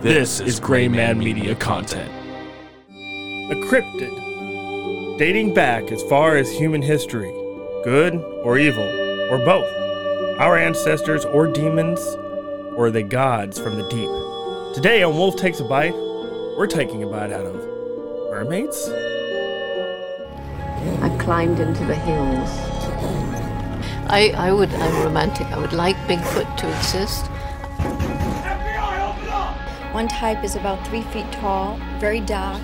This is Gray Man Media content. a cryptid dating back as far as human history, good or evil, or both. Our ancestors or demons, or the gods from the deep. Today on Wolf Takes a Bite, we're taking a bite out of mermaids? I climbed into the hills. I, I would, I'm romantic. I would like Bigfoot to exist. One type is about three feet tall, very dark,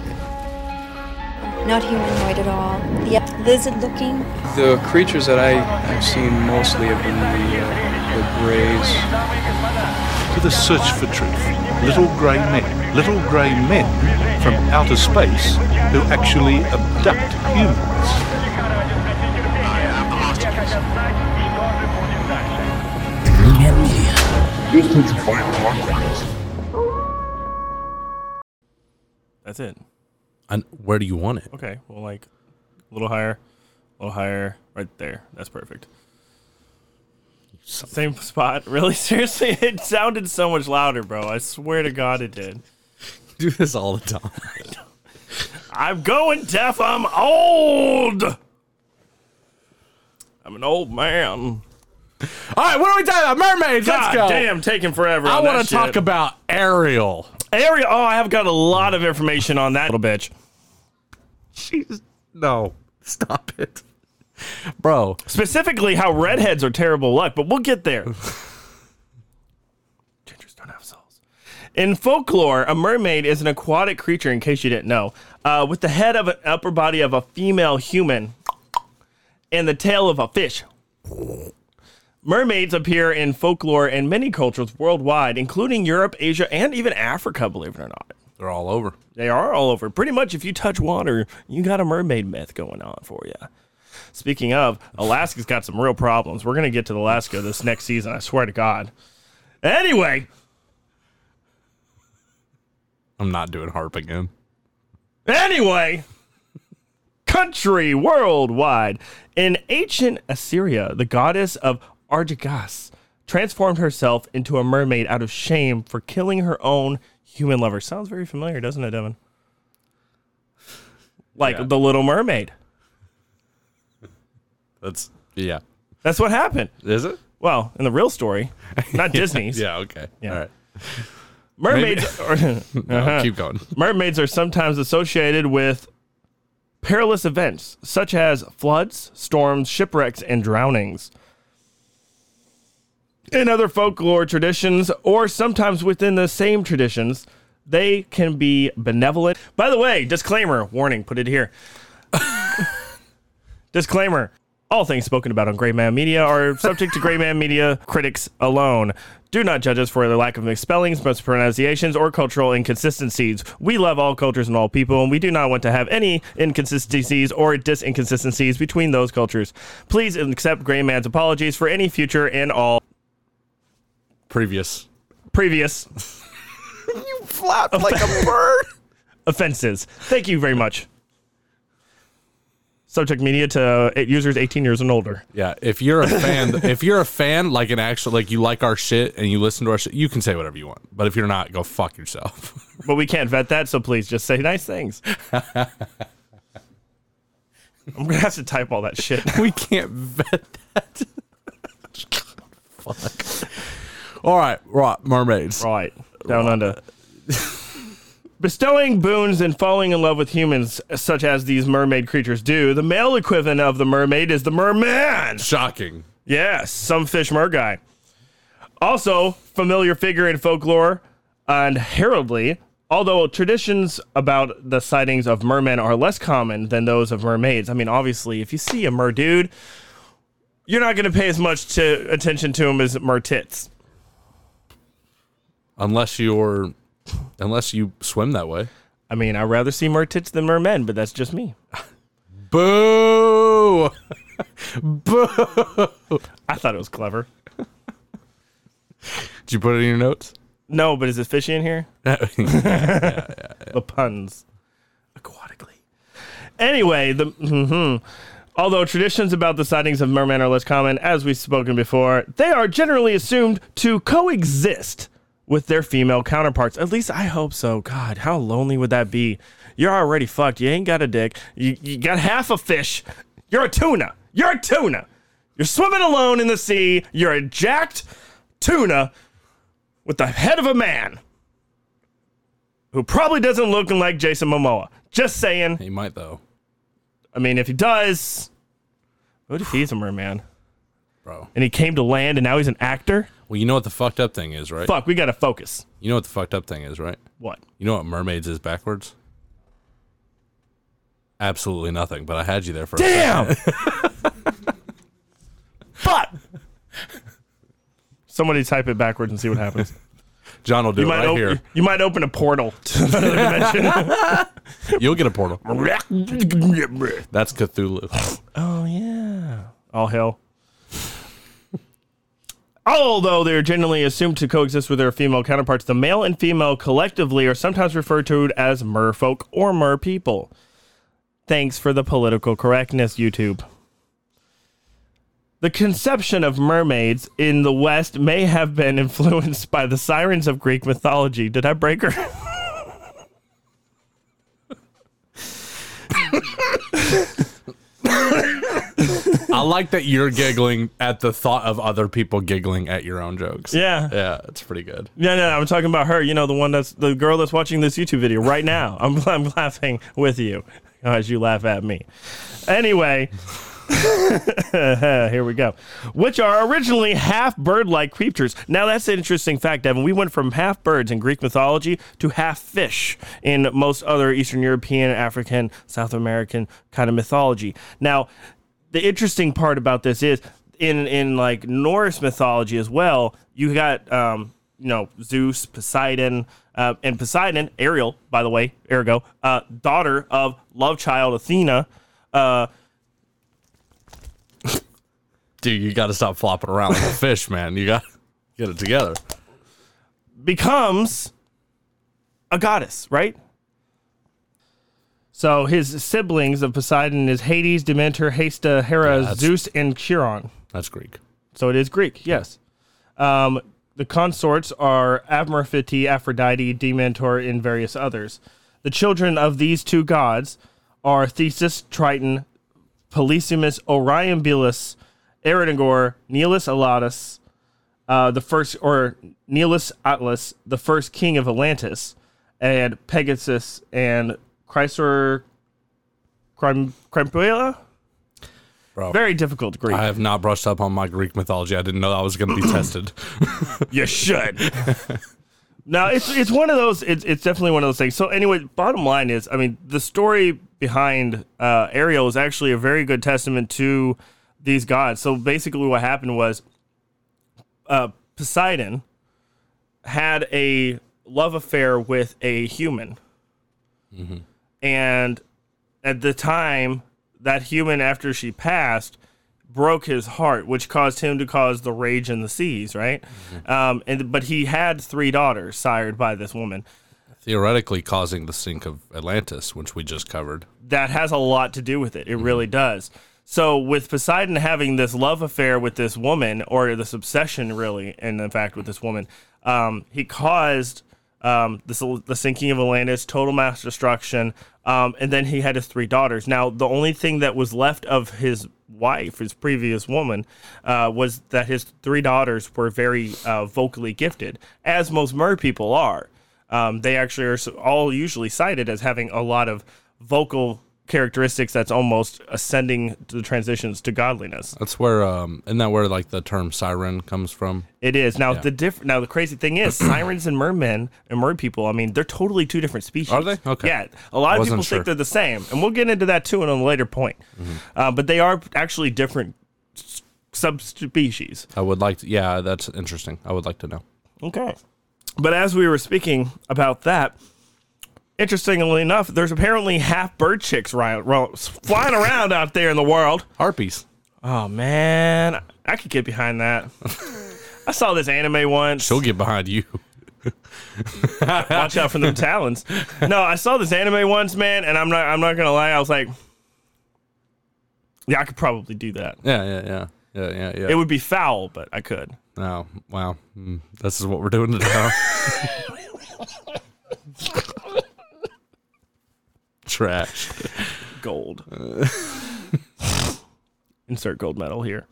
not humanoid at all. The lizard looking. The creatures that I have seen mostly have been the, uh, the grays. to the search for truth. Little grey men, little grey men from outer space who actually abduct humans. That's it. And where do you want it? Okay, well, like a little higher, a little higher, right there. That's perfect. Same spot. Really? Seriously? It sounded so much louder, bro. I swear to God it did. Do this all the time. I'm going deaf. I'm old. I'm an old man. all right, what are we talking about? Mermaids. God let's go. damn, taking forever. I on want that to talk shit. about Ariel. Ariel. Oh, I have got a lot of information on that little bitch. She's no. Stop it, bro. Specifically, how redheads are terrible luck, but we'll get there. Gingers don't have souls. In folklore, a mermaid is an aquatic creature, in case you didn't know, uh, with the head of an upper body of a female human and the tail of a fish. Mermaids appear in folklore in many cultures worldwide, including Europe, Asia, and even Africa, believe it or not. They're all over. They are all over. Pretty much, if you touch water, you got a mermaid myth going on for you. Speaking of, Alaska's got some real problems. We're going to get to Alaska this next season, I swear to God. Anyway, I'm not doing harp again. anyway, country worldwide. In ancient Assyria, the goddess of Artigas transformed herself into a mermaid out of shame for killing her own human lover. Sounds very familiar, doesn't it, Devin? Like Yeah. the Little Mermaid. That's yeah. That's what happened. Is it? Well, in the real story, not Disney's. Yeah. Uh-huh. Okay. Yeah. All right. Mermaids are, No, Keep going. mermaids are sometimes associated with perilous events such as floods, storms, shipwrecks, and drownings. In other folklore traditions, or sometimes within the same traditions, they can be benevolent. By the way, disclaimer, warning, put it here. disclaimer. All things spoken about on Gray Man Media are subject to Gray Man Media critics alone. Do not judge us for their lack of misspellings, mispronunciations, or cultural inconsistencies. We love all cultures and all people, and we do not want to have any inconsistencies or disinconsistencies between those cultures. Please accept Gray Man's apologies for any future and all Previous. previous You flap like a bird. offenses. Thank you very much. Subject media to uh, users 18 years and older. Yeah. If you're a fan, if you're a fan, like an actual, like you like our shit and you listen to our shit, you can say whatever you want. But if you're not, go fuck yourself. But we can't vet that, so please just say nice things. I'm gonna have to type all that shit. we can't vet that. Fuck. All right, right, mermaids. Right. Down under. Bestowing boons and falling in love with humans, such as these mermaid creatures do, the male equivalent of the mermaid is the merman. Shocking. Yes, some fish mer guy. Also, familiar figure in folklore and heraldry, although traditions about the sightings of mermen are less common than those of mermaids. I mean, obviously, if you see a mer dude, you're not going to pay as much to attention to him as mer tits. Unless you're, unless you swim that way. I mean, I'd rather see mer tits than mermen, but that's just me. Boo! Boo! I thought it was clever. Did you put it in your notes? No, but is it fishy in here? yeah, the puns aquatically. Anyway, the mhm. although traditions about the sightings of mermen are less common, as we've spoken before, they are generally assumed to coexist with their female counterparts. At least I hope so. God, how lonely would that be? You're already fucked. You ain't got a dick. You, you got half a fish. You're a tuna. You're a tuna. You're swimming alone in the sea. You're a jacked tuna with the head of a man who probably doesn't look like Jason Momoa. Just saying. He might though, I mean, if he does, what if he's a merman? bro. And he came to land and now he's an actor? Well, you know what the fucked up thing is, right? Fuck, we gotta focus. You know what the fucked up thing is, right? What? You know what mermaids is backwards? Absolutely nothing. But I had you there for a second. Damn! Fuck! Somebody type it backwards and see what happens. John will do You it might, right op- here. you might open a portal. You'll get a portal. oh, That's Cthulhu. yeah. All hell. Although they are generally assumed to coexist with their female counterparts, the male and female collectively are sometimes referred to as merfolk or mer people. Thanks for the political correctness, YouTube. The conception of mermaids in the West may have been influenced by the sirens of Greek mythology. Did I break her? I like that you're giggling at the thought of other people giggling at your own jokes. Yeah. Yeah, it's pretty good. No, no, I'm talking about her. You know, the one that's the girl that's watching this YouTube video right now. I'm, I'm laughing with you as you laugh at me. Anyway, here we go. Which are originally half bird like creatures. Now, that's an interesting fact, Devin. We went from half birds in Greek mythology to half fish in most other Eastern European, African, South American kind of mythology. Now, the interesting part about this is in in like Norse mythology as well. You got um, you know Zeus, Poseidon, uh, and Poseidon, Ariel, by the way, ergo, uh, daughter of love child Athena. Uh, Dude, you got to stop flopping around like a fish, man. You got to get it together. becomes a goddess, right? So his siblings of Poseidon is Hades, Demeter, Hesta, Hera, that's- Zeus, and Chiron. That's Greek. So it is Greek, yes. Um, the consorts are Amorphite, Aphrodite, Dementor, and various others. The children of these two gods are Theseus, Triton, Polysimus, Orion, Belus, Eridangor, Nilus, Alatus, uh, the first, or Nilus Atlas, the first king of Atlantis, and Pegasus and Chrysor Crim- Crimpuela? Bro. Very difficult Greek. I have not brushed up on my Greek mythology. I didn't know I was going to be tested. You should. now it's it's one of those. It's it's definitely one of those things. So anyway, bottom line is, I mean, the story behind uh, Ariel is actually a very good testament to these gods. So basically, what happened was, uh, Poseidon had a love affair with a human, and at the time that human, after she passed, broke his heart, which caused him to cause the rage in the seas, right? Um, and but he had three daughters sired by this woman. Theoretically causing the sink of Atlantis, which we just covered. That has a lot to do with it. It really does. So with Poseidon having this love affair with this woman, or this obsession, really, and in fact with this woman, um, he caused um, this, the sinking of Atlantis, total mass destruction, um, and then he had his three daughters. Now the only thing that was left of his wife, his previous woman, uh, was that his three daughters were very uh, vocally gifted, as most mer people are. Um, they actually are s- all usually cited as having a lot of vocal characteristics that's almost ascending to the transitions to godliness. That's where, um, isn't that where like the term siren comes from? It is now the diff- Now the crazy thing is, sirens and mermen and mer people. I mean, they're totally two different species. Are they? Okay. Yeah, a lot of Wasn't people sure. Mm-hmm. think they're the same, and we'll get into that too in a later point. Uh, but they are actually different s- subspecies. I would like to, yeah, that's interesting. I would like to know. Okay. But as we were speaking about that, interestingly enough, there's apparently half bird chicks ri- ro- flying around out there in the world. Harpies. Oh man, I could get behind that. I saw this anime once. She'll get behind you. Watch out for them talons. No, I saw this anime once, man, and I'm not. I'm not gonna lie. I was like, yeah, I could probably do that. Yeah, yeah, yeah. Yeah, yeah, yeah. It would be foul, but I could. oh, wow. Mm, this is what we're doing today. huh? Trash. Gold. Insert gold medal here.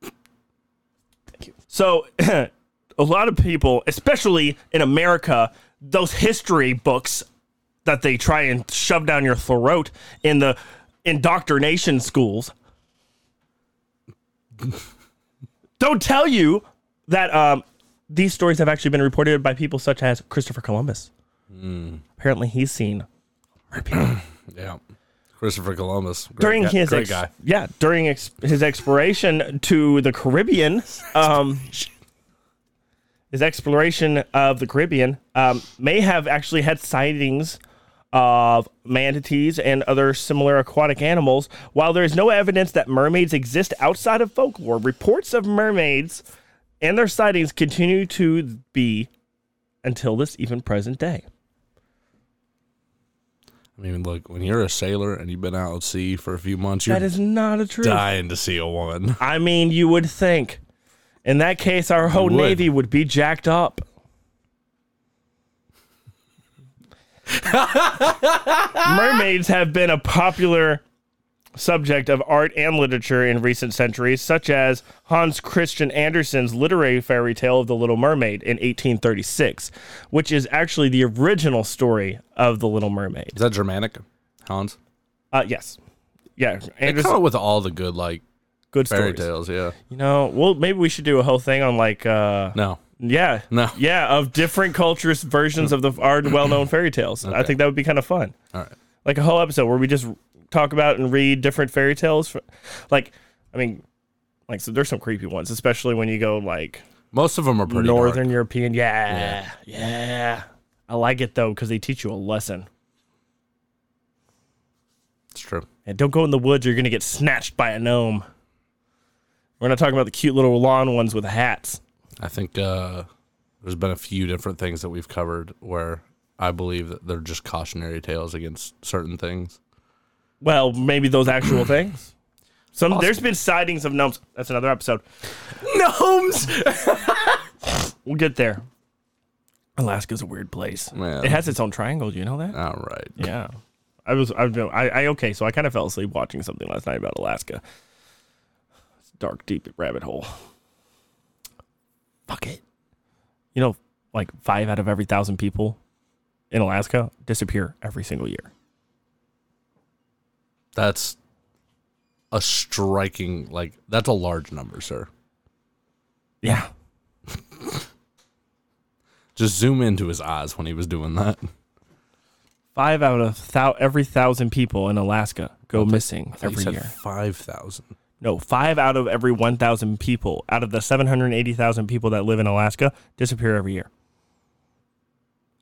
Thank you. So, a lot of people, especially in America, those history books that they try and shove down your throat in the indoctrination schools don't tell you that um, these stories have actually been reported by people such as Christopher Columbus. Apparently, he's seen Yeah. Christopher Columbus. Great during guy- his great ex- guy. yeah during ex- his exploration to the Caribbean. Um, his exploration of the Caribbean um, may have actually had sightings of manatees and other similar aquatic animals. While there is no evidence that mermaids exist outside of folklore, reports of mermaids and their sightings continue to be until this even present day. I mean, look, when you're a sailor and you've been out at sea for a few months, you're That is not a truth. dying to see a one. I mean, you would think. In that case, our whole would. navy would be jacked up. Mermaids have been a popular subject of art and literature in recent centuries, such as Hans Christian Andersen's literary fairy tale of the Little Mermaid in 1836, which is actually the original story of the Little Mermaid. Is that Germanic, Hans? Uh, yes. Yeah, They come Anderson, up with all the good like good fairy stories. tales. Yeah. You know, well, maybe we should do a whole thing on like uh, No. Yeah. No. Yeah, of different cultures' versions of the our well-known fairy tales. I think that would be kind of fun. All right. Like a whole episode where we just talk about and read different fairy tales. fr- Like, I mean, like so there's some creepy ones, especially when you go like Most of them are pretty Northern Northern. European. Yeah, yeah, I like it though because they teach you a lesson. It's true. And don't go in the woods; you're gonna get snatched by a gnome. We're not talking about the cute little lawn ones with hats. I think uh, there's been a few different things that we've covered where I believe that they're just cautionary tales against certain things. Well, maybe those actual things. Some there's been sightings of gnomes. That's another episode. Gnomes. We'll get there. Alaska's a weird place. Man. It has its own triangle. Do you know that? All right. yeah. I was I've been I, I okay. So I kind of fell asleep watching something last night about Alaska. It's a dark, deep rabbit hole. Fuck it. You know, like five out of every thousand people in Alaska disappear every single year. That's a striking like that's a large number, sir. Yeah. Just zoom into his eyes when he was doing that. Five out of thou- every thousand people in Alaska go missing He every said year. five thousand. No, five out of every 1,000 people, out of the 780,000 people that live in Alaska, disappear every year.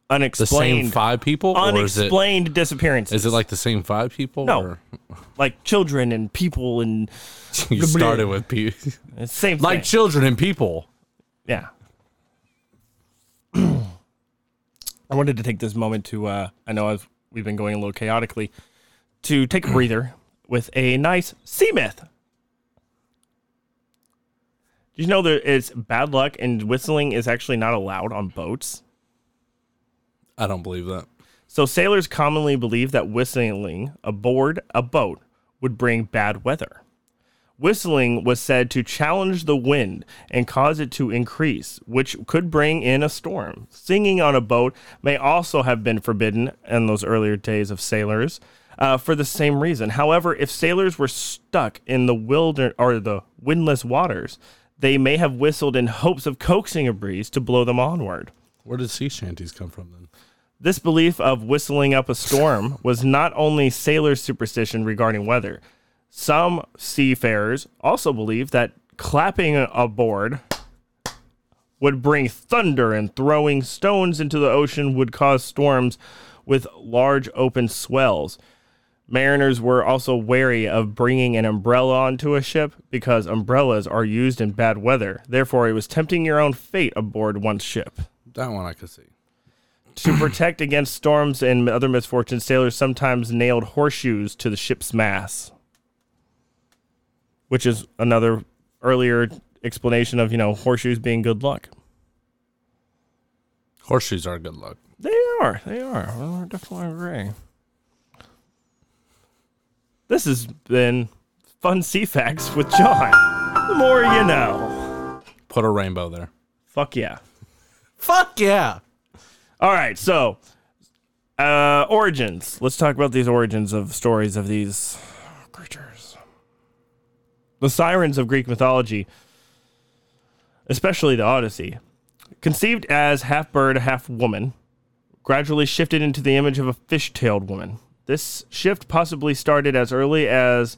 The Unexplained. same five people, or is it unexplained disappearances. is it like the same five people? No. or- like children and people and you started with pe- it's same like thing. children and people. yeah. I wanted to take this moment to. Uh, I know I've, we've been going a little chaotically, to take a breather with a nice sea myth. Did you know that it's bad luck and whistling is actually not allowed on boats? I don't believe that. So sailors commonly believe that whistling aboard a boat would bring bad weather. Whistling was said to challenge the wind and cause it to increase, which could bring in a storm. Singing on a boat may also have been forbidden in those earlier days of sailors uh, for the same reason. However, if sailors were stuck in the wilder or the windless waters, they may have whistled in hopes of coaxing a breeze to blow them onward. Where did sea shanties come from then? This belief of whistling up a storm was not only sailors' superstition regarding weather. Some seafarers also believed that clapping aboard would bring thunder and throwing stones into the ocean would cause storms with large open swells. Mariners were also wary of bringing an umbrella onto a ship because umbrellas are used in bad weather. Therefore, it was tempting your own fate aboard one's ship. That one I could see. To protect against storms and other misfortunes, sailors sometimes nailed horseshoes to the ship's mast. which is another earlier explanation of you know horseshoes being good luck. Horseshoes are good luck. They are. They are. I definitely agree. This has been Fun Sea Facts with John. The more you know. Put a rainbow there. Fuck yeah. Fuck yeah. All right. So, uh, origins. Let's talk about these origins of stories of these creatures. The sirens of Greek mythology, especially the Odyssey, conceived as half bird, half woman, gradually shifted into the image of a fish tailed woman. This shift possibly started as early as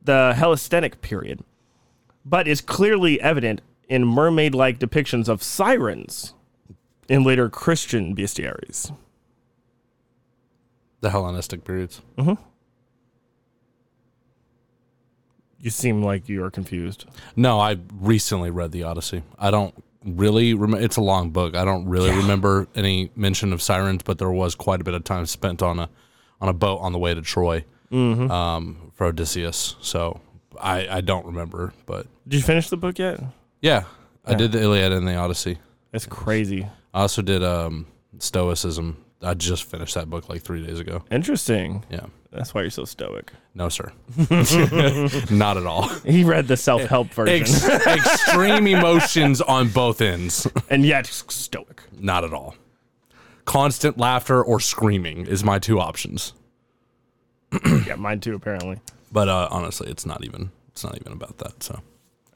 the Hellesthenic period, but is clearly evident in mermaid like depictions of sirens in later Christian bestiaries. The Hellenistic periods. You seem like you are confused. No, I recently read the Odyssey. I don't really remember. It's a long book. I don't really remember any mention of sirens, but there was quite a bit of time spent on a on a boat on the way to Troy um, for Odysseus. So I, I don't remember, but Did you finish the book yet? yeah, I did the Iliad and the Odyssey. That's crazy. I also did um, Stoicism. I just finished that book like three days ago. Interesting. Yeah. That's why you're so stoic. No, sir. Not at all. He read the self help version Ex- extreme emotions on both ends. and yet stoic. Not at all. Constant laughter or screaming is my two options. Yeah, mine too, apparently. But uh, honestly, it's not even it's not even about that. So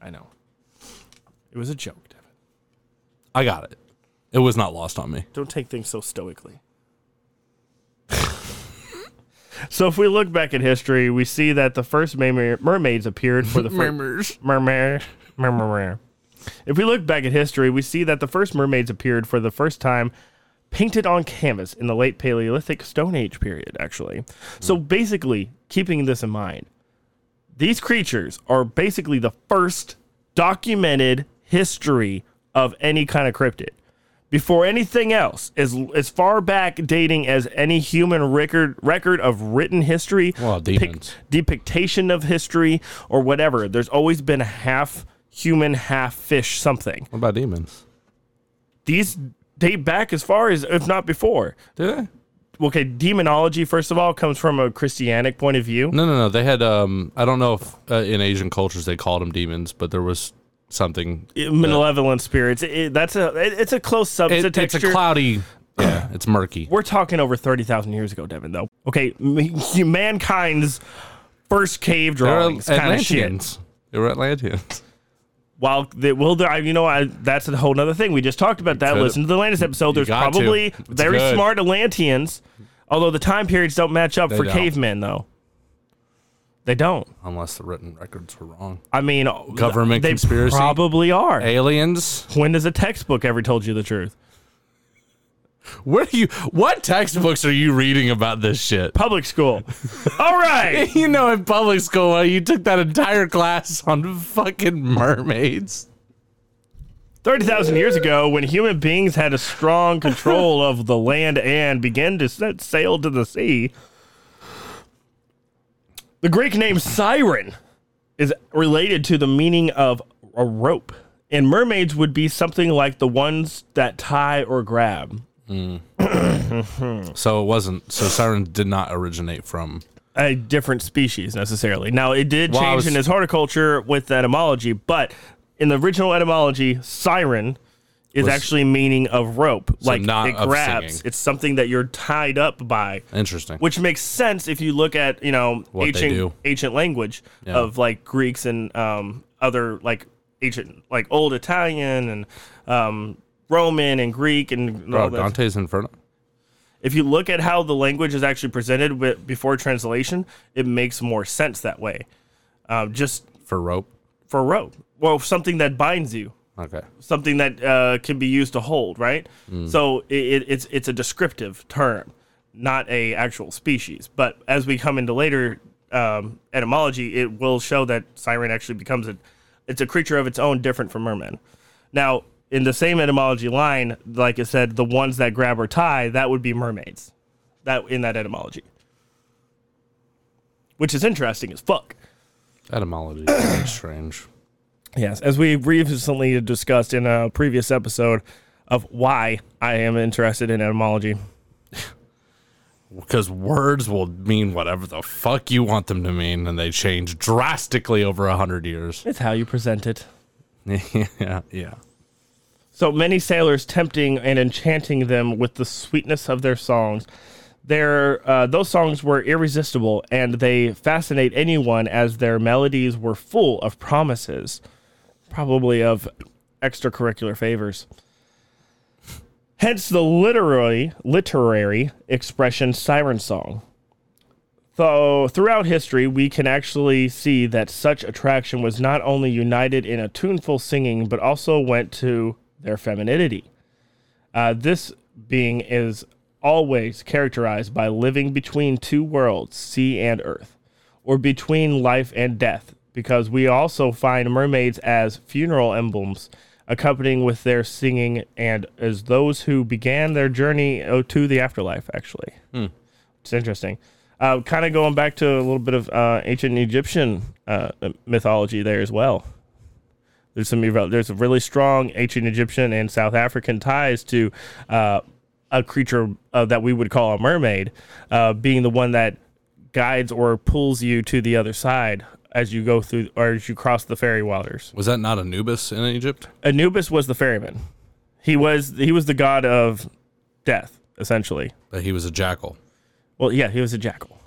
I know. It was a joke, Devin. I got it. It was not lost on me. Don't take things so stoically. so if we look back at history, we see that the first merma- mermaids appeared for the first mermaid. Mermaid. If we look back at history, we see that the first mermaids appeared for the first time painted on canvas in the late Paleolithic Stone Age period, actually. So basically, keeping this in mind, these creatures are basically the first documented history of any kind of cryptid. Before anything else, as as far back dating as any human record record of written history, Well, demons. depiction of history, or whatever, there's always been a half human, half fish something. What about demons? These date back as far as, if not before. Do they? Okay, demonology first of all comes from a Christianic point of view. No, no, no. They had. Um, I don't know if uh, in Asian cultures they called them demons, but there was something. malevolent spirits. It- that's a it- it's a close sub. It- it's a it's texture. a cloudy. Yeah, it's murky. We're talking over thirty thousand years ago, Devin. Though okay, m- mankind's first cave They were drawings kind of shit. Atlanteans. They were Atlanteans. While the, well, there- I- you know, I, that's a whole other thing. We just talked about that. could've- Listen to the latest episode. There's got to. probably It's very good. smart Atlanteans, although the time periods don't match up for don't. cavemen though. They don't. Unless the written records were wrong. I mean, Government they conspiracy? probably are. Aliens. When does a textbook ever told you the truth? Where do you? What textbooks are you reading about this shit? Public school. All right. You know, in public school, uh, you took that entire class on fucking mermaids. 30,000 years ago, when human beings had a strong control of the land and began to set sail to the sea, the Greek name siren is related to the meaning of a rope. And mermaids would be something like the ones that tie or grab. So it wasn't. So sirens did not originate from. a different species necessarily. Now it did Well, I change was- in his horticulture with etymology, but in the original etymology, siren is Was- actually meaning of rope, like not it of grabs. singing. It's something that you're tied up by, Interesting. which makes sense if you look at you know What they do. ancient ancient language Yeah. of like Greeks and um, other like ancient like old Italian and um, Roman and Greek and Bro, all that Dante's Inferno. if you look at how the language is actually presented wi- before translation, it makes more sense that way. Um, just for rope. for rope, well, something that binds you, Okay. something that uh, can be used to hold, right? So it, it, it's it's a descriptive term, not a actual species. But as we come into later um, etymology, it will show that siren actually becomes a it's a creature of its own, different from merman. Now, in the same etymology line, like I said, the ones that grab or tie that would be mermaids, that in that etymology, which is interesting as fuck. Etymology is very strange. Yes, as we recently discussed in a previous episode of why I am interested in etymology. Because words will mean whatever the fuck you want them to mean, and they change drastically over a hundred years. It's how you present it. yeah, yeah. So many sailors tempting and enchanting them with the sweetness of their songs. Their, uh, those songs were irresistible and they fascinate anyone as their melodies were full of promises, probably of extracurricular favors. Hence the literary, literary expression siren song. So throughout history, we can actually see that such attraction was not only united in a tuneful singing, but also went to their femininity. Uh, this being is always characterized by living between two worlds, sea and earth, or between life and death, because we also find mermaids as funeral emblems, accompanying with their singing and as those who began their journey oh, to the afterlife, actually. It's interesting. Uh, kind of going back to a little bit of uh, ancient Egyptian uh, mythology there as well. There's some evo- there's a really strong ancient Egyptian and South African ties to uh, a creature uh, that we would call a mermaid, uh, being the one that guides or pulls you to the other side as you go through or as you cross the fairy waters. Was that not Anubis in Egypt? Anubis was the ferryman. He was he was the god of death essentially. That he was a jackal. Well, yeah, he was a jackal.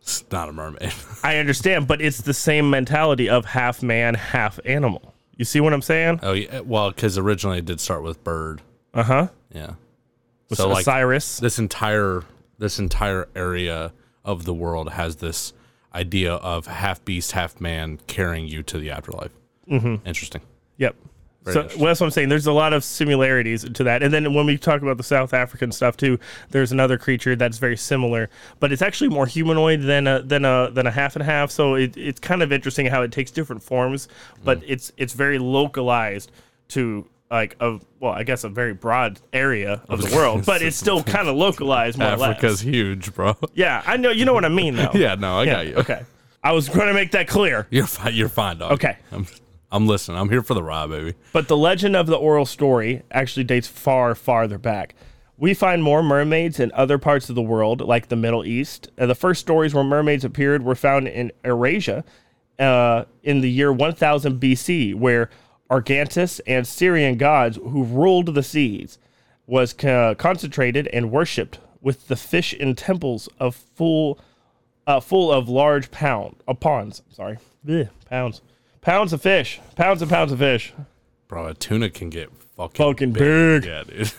It's not a mermaid. I understand, but it's the same mentality of half man, half animal. You see what I'm saying? oh yeah. Well, because originally it did start with bird. Uh huh. Yeah. So Osiris. this entire this entire area of the world has this idea of half beast, half man carrying you to the afterlife. Mm-hmm. Interesting. Yep. Very so interesting. well, that's what I'm saying. There's a lot of similarities to that, and then when we talk about the South African stuff too, there's another creature that's very similar, but it's actually more humanoid than a than a than a half and half. So it, it's kind of interesting how it takes different forms, but Mm. it's it's very localized to like a well, I guess a very broad area of the world, but it's still kind of localized more or Africa's less. huge, bro. Yeah, I know. You know what I mean, though. Yeah, no, I Yeah, got you. Okay. I was going to make that clear. You're fine. You're fine, dog. Okay. I'm, I'm listening. I'm here for the ride, baby. But the legend of the oral story actually dates far, farther back. We find more mermaids in other parts of the world, like the Middle East. Uh, the first stories where mermaids appeared were found in Eurasia uh, in the year 1000 BC, where Argantis and Syrian gods who ruled the seas was co- concentrated and worshipped with the fish in temples of full uh, full of large pound uh, ponds. Sorry, Bleh, pounds, pounds of fish, pounds and pounds of fish. Bro, a tuna can get fucking Fucking big. Yeah, dude.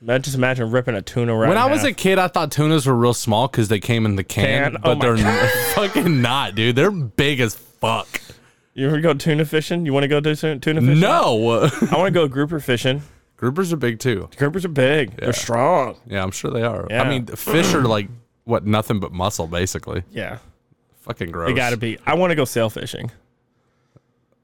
Man, just imagine ripping a tuna right When I was a kid, I thought tunas were real small because they came in the can, Can? Oh but my they're fucking not, dude. They're big as fuck. you ever go tuna fishing? You want to go do tu- tuna fishing? No, I want to go grouper fishing. groupers are big too. Groupers are big. They're strong. Yeah, I'm sure they are. Yeah. I mean, fish are like what nothing but muscle, basically. Yeah, Fucking gross. they gotta be. I want to go sail fishing.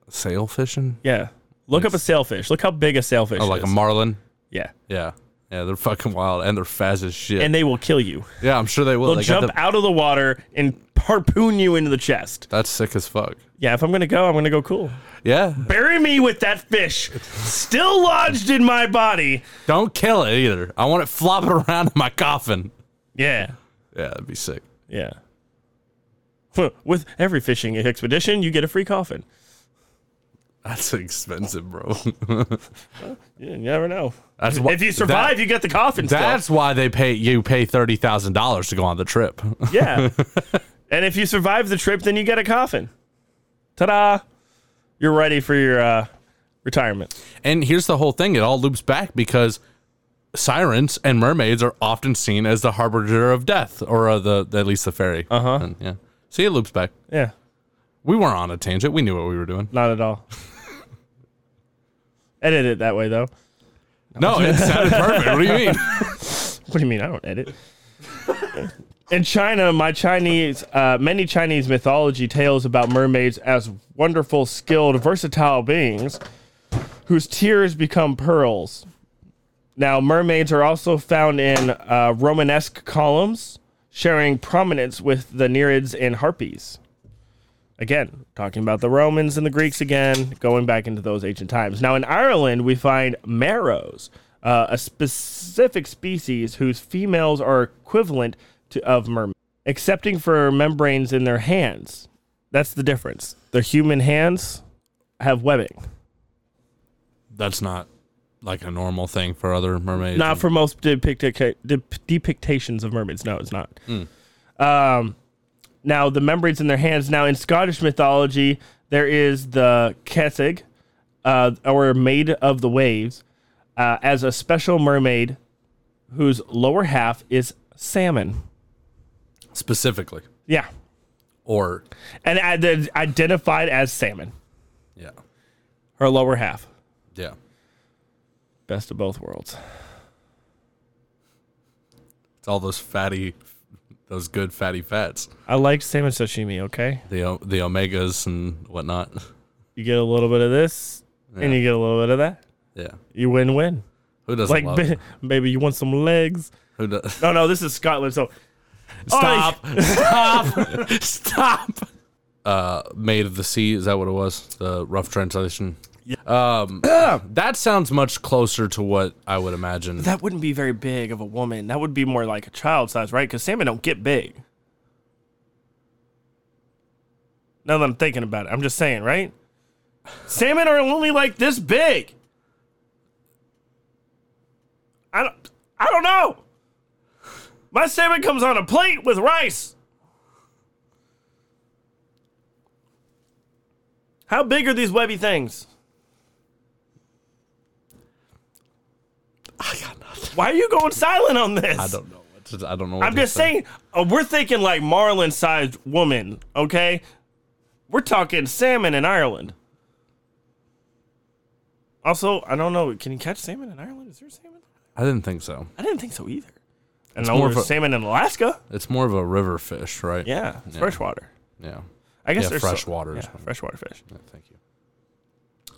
sail fishing. Yeah, look up a sailfish. Look how big a sailfish. Oh, like a is. marlin. yeah, Yeah, yeah, they're fucking wild and they're fast as shit. and they will kill you. yeah, I'm sure they will. They'll They got jump the- out of the water and harpoon you into the chest. That's sick as fuck. Yeah, if I'm gonna go, I'm gonna go cool. Yeah, Bury me with that fish, still lodged in my body. don't kill it either. I want it flopping around in my coffin. Yeah, Yeah, that'd be sick. yeah. Huh, With every fishing expedition, you get a free coffin. That's expensive, bro. You never know. That's why- if you survive, that- you get the coffin. still. That's why they pay you pay thirty thousand dollars to go on the trip. yeah. and if you survive the trip, then you get a coffin. Ta-da! You're ready for your uh, retirement. And here's the whole thing: it all loops back because sirens and mermaids are often seen as the harbinger of death, or uh, the at least the fairy. Uh huh. Yeah. See, it loops back. Yeah, We weren't on a tangent. We knew what we were doing. not at all. Edit it that way though. No, it sounded perfect. What do you mean? What do you mean? I don't edit. In China, my Chinese, uh, many Chinese mythology tales about mermaids as wonderful, skilled, versatile beings whose tears become pearls. Now, mermaids are also found in uh, Romanesque columns, sharing prominence with the Nereids and Harpies. Again, talking about the Romans and the Greeks again, going back into those ancient times. Now, in Ireland, we find marrows, uh, a specific species whose females are equivalent to of mermaids, excepting for membranes in their hands. That's the difference. Their human hands have webbing. That's not like a normal thing for other mermaids. Not for most depicta- dep- depictions of mermaids. No, it's not. Um, now, the membranes in their hands. Now, in Scottish mythology, there is the Kessig, uh, or Maid of the Waves, uh, as a special mermaid whose lower half is salmon. specifically, Yeah. or And ad- identified as salmon, yeah, her lower half. yeah. Best of both worlds. It's all those fatty, those good fatty fats, I like salmon sashimi, okay? the o- the omegas and whatnot. You get a little bit of this, and you get a little bit of that. Yeah, You win win. who doesn't like love? ba- baby you want some legs who does? no no this is scotland so Stop! Stop! Stop! Uh, Maid of the Sea is that what it was? The rough translation. Yeah. Um, that sounds much closer to what I would imagine. that wouldn't be very big of a woman that would be more like a child size right because salmon don't get big now that i'm thinking about it i'm just saying right salmon are only like this big i don't i don't know my salmon comes on a plate with rice how big are these webby things Why are you going silent on this? I don't know. What to, I don't know. What I'm to just say. saying, uh, we're thinking like marlin sized woman, okay? We're talking salmon in Ireland. Also, I don't know. Can you catch salmon in Ireland? Is there salmon? I didn't think so. I didn't think so either. And more know of there's a- salmon in Alaska. It's more of a river fish, right? Yeah, it's Yeah. freshwater. Yeah. I guess Yeah, there's some- freshwater is Yeah, one. freshwater fish. Yeah, Thank you.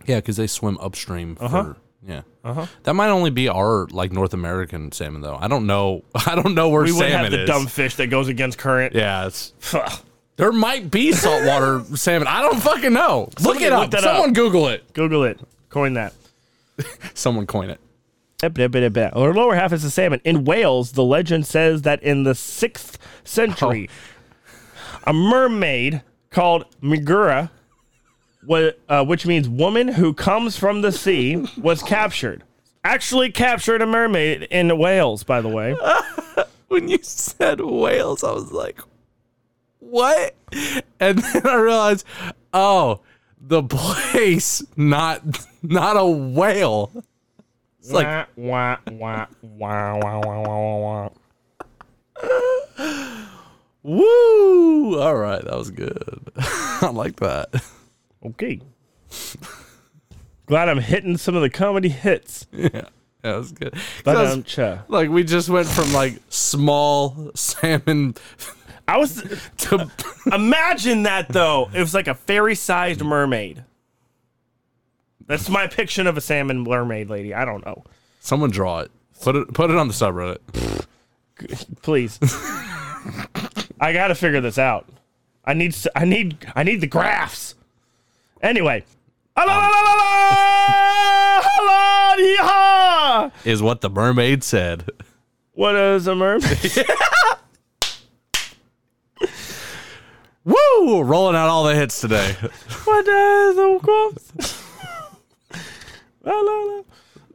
Yeah, because they swim upstream. For, yeah. Uh-huh. That might only be our like North American salmon though. I don't know. I don't know where We wouldn't have salmon the is. dumb fish that goes against current. yeah, it's, Pho. there might be saltwater salmon. I don't fucking know. Look Somebody it look up. that up. Someone Google it. Google it. Coin that. Someone coin it. Or lower half is the salmon. In Wales, the legend says that in the sixth century, Oh. a mermaid called Megura, wa- uh, which means woman who comes from the sea, was captured. Actually, captured a mermaid in Wales, by the way. When you said Wales, I was like, what? And then I realized, oh, the place, not not a whale. It's like wah, wah, wah, wah, wah, wah, wah, wah. Woo! All right, that was good. I like that. Okay. Glad I'm hitting some of the comedy hits. That was good. 'Cause But um, cha. like we just went from like small salmon I was to Imagine that though. It was like a fairy-sized mermaid. That's my picture of a salmon mermaid lady. I don't know. someone draw it. Put it put it on the subreddit. Please. I got to figure this out. I need s- I need I need the graphs. Anyway. Hello, hello, hello, hello, yeehaw! Is what the mermaid said. What is a mermaid? Woo! Ooh, rolling out all the hits today. What is a corpse? La, la, la.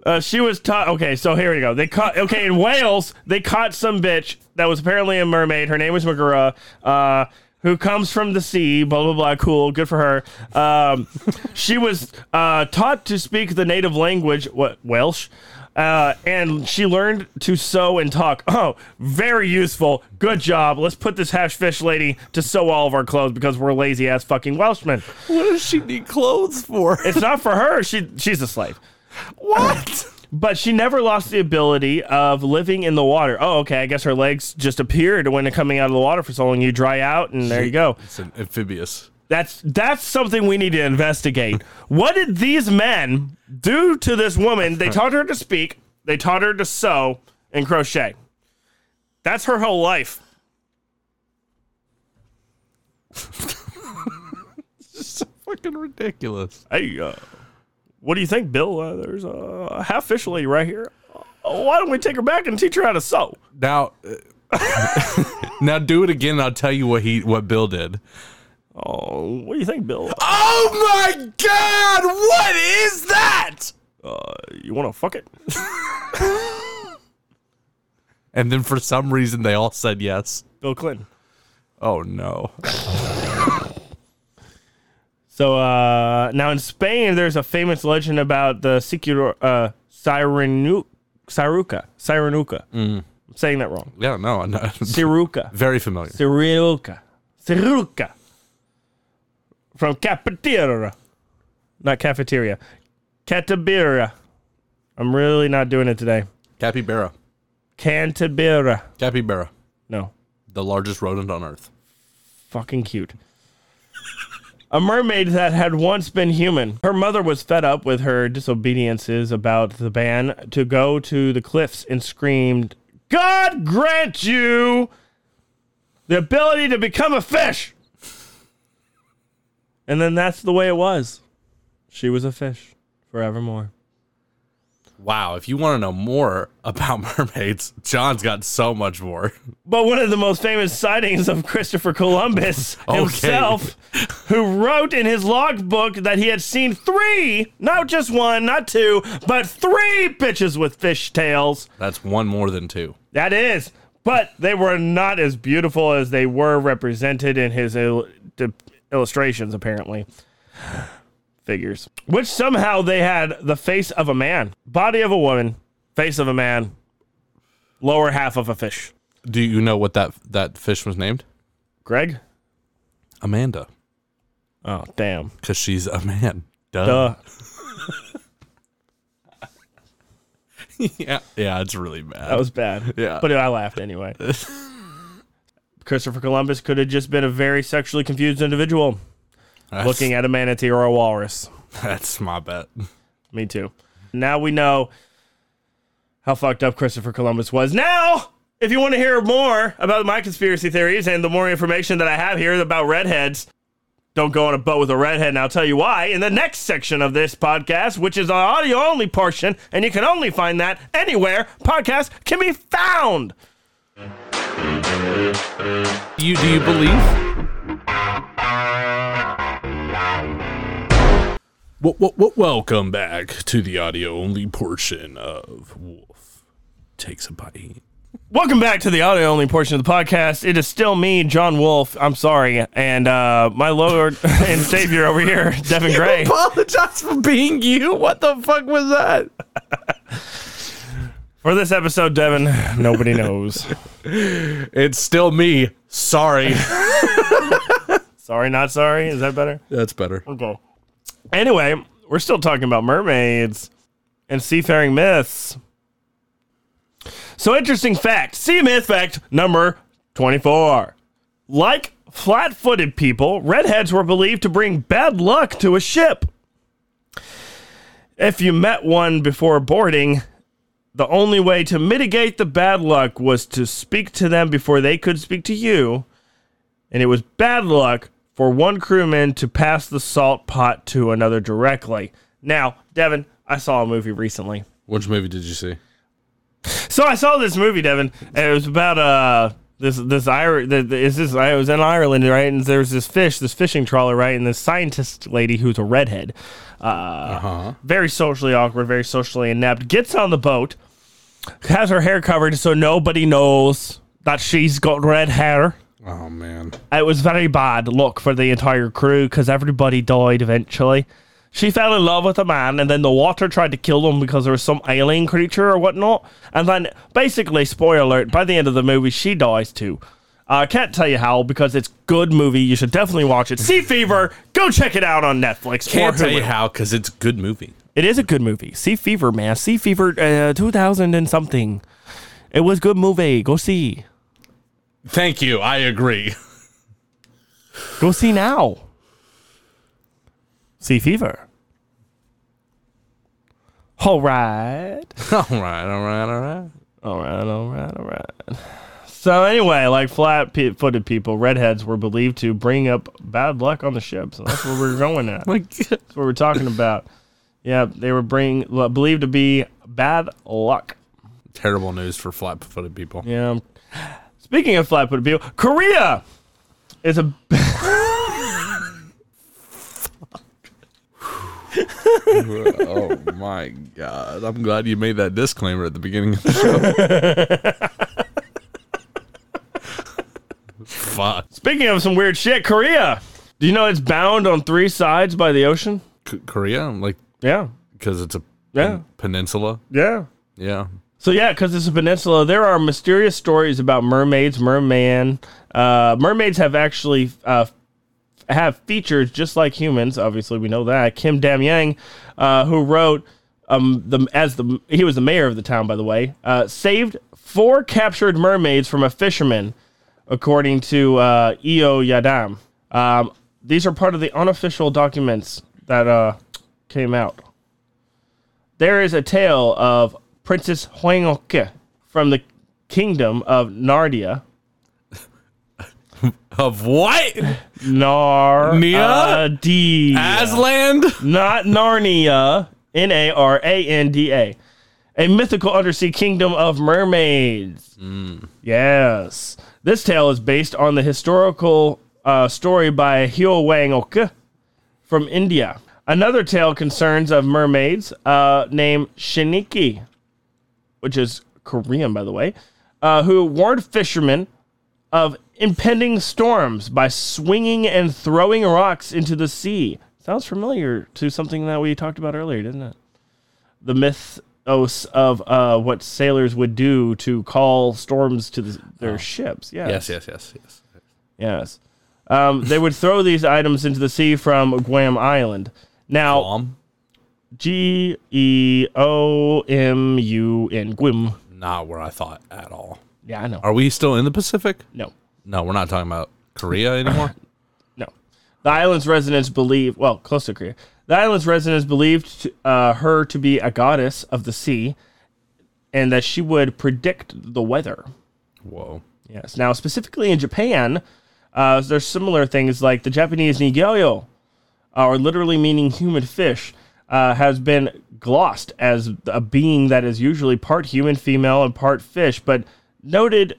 Uh, she was taught. Okay, so here we go. They caught. Okay, in Wales, they caught some bitch that was apparently a mermaid. Her name was Magura, uh, who comes from the sea. Blah blah blah. Cool. Good for her. Um, she was uh, taught to speak the native language, what Welsh, uh, and she learned to sew and talk. Oh, very useful. Good job. Let's put this hash fish lady to sew all of our clothes because we're lazy ass fucking Welshmen. what does she need clothes for? It's not for her. She she's a slave. what? But she never lost the ability of living in the water. Oh, okay. I guess her legs just appeared when they're coming out of the water for so long. You dry out, and there you go. It's an amphibious. That's that's something we need to investigate. What did these men do to this woman? They taught her to speak. They taught her to sew and crochet. That's her whole life. fucking ridiculous. Hey, uh, what do you think, Bill? Uh, there's a half fish lady right here. Uh, why don't we take her back and teach her how to sew? Now, uh, now do it again. And I'll tell you what he what Bill did. Oh, what do you think, Bill? Oh my God! What is that? Uh, you want to fuck it? And then for some reason they all said yes. Bill Clinton. Oh no! So uh, now in Spain, there's a famous legend about the Siquiro, uh, Sirenu- Siruca. Sirenuca. I'm saying that wrong. Yeah, no, no. Siruca. Very familiar. Siruca. Siruca. From Cafeteria. Not cafeteria. Catabira. I'm really not doing it today. Capybara. Cantabira. Capybara, No. the largest rodent on Earth. Fucking cute. A mermaid that had once been human. Her mother was fed up with her disobediences about the ban to go to the cliffs and screamed, God grant you the ability to become a fish. And then that's the way it was. She was a fish forevermore. Wow! If you want to know more about mermaids, John's got so much more. But one of the most famous sightings of Christopher Columbus Okay. himself, who wrote in his logbook that he had seen three, not just one, not two, but three bitches with fish tails. That's one more than two. That is, but they were not as beautiful as they were represented in his il- de- illustrations, apparently. Figures. Which somehow they had the face of a man, body of a woman, face of a man, lower half of a fish. Do you know what that that fish was named? Greg? Amanda, Oh, damn. because she's a man. Duh. Duh. Yeah, yeah, it's really bad. That was bad. Yeah. But I laughed anyway. Christopher Columbus could have just been a very sexually confused individual That's- looking at a manatee or a walrus. That's my bet. Me too. Now we know how fucked up Christopher Columbus was. Now, if you want to hear more about my conspiracy theories and the more information that I have here about redheads, don't go on a boat with a redhead, and I'll tell you why in the next section of this podcast, which is an audio only portion, and you can only find that anywhere podcasts can be found. You do you believe? What, what, what, welcome back to the audio only portion of Wolf Takes a Bite. Welcome back to the audio only portion of the podcast. It is still me, John Wolf. I'm sorry, and uh, my Lord and Savior over here, Devin Gray. Apologize for being you. What the fuck was that? For this episode, Devin, nobody knows. It's still me. Sorry. sorry, not sorry. Is that better? That's better. Okay. Anyway, we're still talking about mermaids and seafaring myths. So, interesting fact sea myth fact number 24. Like flat footed people, redheads were believed to bring bad luck to a ship. If you met one before boarding, the only way to mitigate the bad luck was to speak to them before they could speak to you and it was bad luck for one crewman to pass the salt pot to another directly. Now, Devin, I saw a movie recently. Which movie did you see? So I saw this movie, Devin, and it was about uh this this Ir the, the, is this I was in Ireland, right? And there was this fish, this fishing trawler, right? And this scientist lady who's a redhead, uh, very socially awkward, very socially inept, gets on the boat, has her hair covered so nobody knows that she's got red hair. Oh, man. It was very bad luck for the entire crew because everybody died eventually. She fell in love with a man, and then the water tried to kill them because there was some alien creature or whatnot. And then, basically, spoiler alert: by the end of the movie, she dies too. I can't tell you how because it's good movie. You should definitely watch it. Sea Fever, go check it out on Netflix. or Can't tell you Hulu. how because it's a good movie. It is a good movie. Sea Fever, man. Sea Fever, uh, two thousand and something. It was good movie. Go see. Thank you. I agree. Go see now. Sea Fever. All right. all right, all right, all right. All right, all right, all right. So anyway, like flat-footed people, redheads were believed to bring up bad luck on the ship. So that's where we're going at. Like, That's what we're talking about. Yeah, they were bring believed to be bad luck. terrible news for flat-footed people. Yeah. Speaking of flat-footed people, Korea is a oh my god! I'm glad you made that disclaimer at the beginning of the show. Fuck. speaking of some weird shit. Korea. Do you know it's bound on three sides by the ocean? K- Korea, like, Yeah. because it's a Yeah. peninsula. Yeah. Yeah. So yeah, because it's a peninsula, there are mysterious stories about mermaids, merman. Uh, mermaids have actually uh, have features just like humans. Obviously, we know that. Kim Damyang, uh, who wrote um, the as the he was the mayor of the town, by the way, uh, saved four captured mermaids from a fisherman, according to uh, Eo Yadam. Um, these are part of the unofficial documents that uh, came out. There is a tale of Princess Huangke from the kingdom of Nardia. Of what? Nardia. Asland? Not Narnia. N A R A N D A. A mythical undersea kingdom of mermaids. Yes. This tale is based on the historical uh, story by Hyo Wang Ok from India. Another tale concerns of mermaids uh, named Shiniki, which is Korean, by the way, uh, who warned fishermen of impending storms by swinging and throwing rocks into the sea. Sounds familiar to something that we talked about earlier, doesn't it? The mythos of uh, what sailors would do to call storms to the, their ships. Yes. Ah. Yes, yes, yes, yes. Yes. Um, they would throw these items into the sea from Guam Island. Now, Guam? G E O M U N, Guam. Not where I thought at all. Yeah, I know. Are we still in the Pacific? No. No, we're not talking about Korea anymore. No. The island's residents believe, well, close to Korea, the island's residents believed uh, her to be a goddess of the sea and that she would predict the weather. Whoa. Yes. Now, specifically in Japan, uh, there's similar things like the Japanese nigoyo, uh, or literally meaning human fish, uh, has been glossed as a being that is usually part human female and part fish, but noted.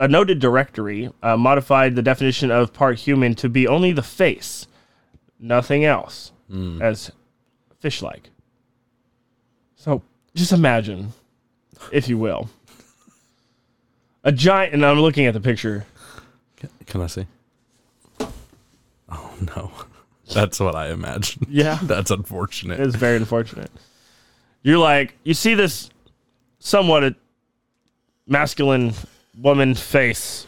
A noted directory uh, modified the definition of part human to be only the face, nothing else, as fish like. So just imagine, if you will, a giant, and I'm looking at the picture. Can I see? Oh no. That's what I imagined. Yeah. That's unfortunate. It's very unfortunate. You're like, you see this somewhat a masculine woman face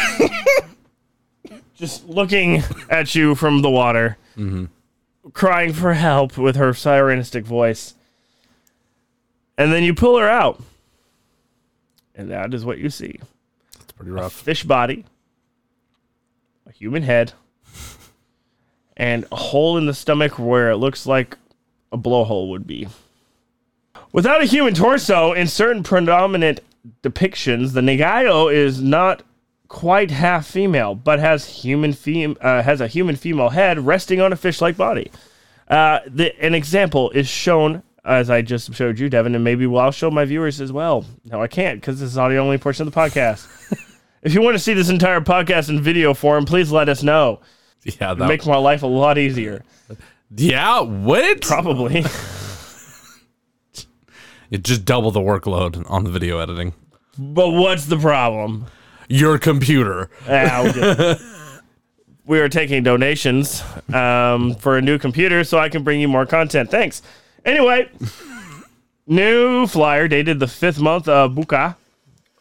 just looking at you from the water, crying for help with her sirenistic voice. And then you pull her out. And that is what you see It's pretty rough. fish body, a human head, and a hole in the stomach where it looks like a blowhole would be. Without a human torso, in certain predominant depictions, the Nagayo is not quite half female, but has human fem- uh, has a human female head resting on a fish-like body. Uh, the, an example is shown as I just showed you, Devin, and maybe well, I'll show my viewers as well. No, I can't because this is audio only portion of the podcast. If you want to see this entire podcast in video form, please let us know. Yeah, It that makes my life a lot easier. Yeah, what? Probably. It just double the workload on the video editing. but what's the problem? Your computer. Ah, we did- we are taking donations um, for a new computer so I can bring you more content. Thanks. Anyway, new flyer dated the fifth month of Buka,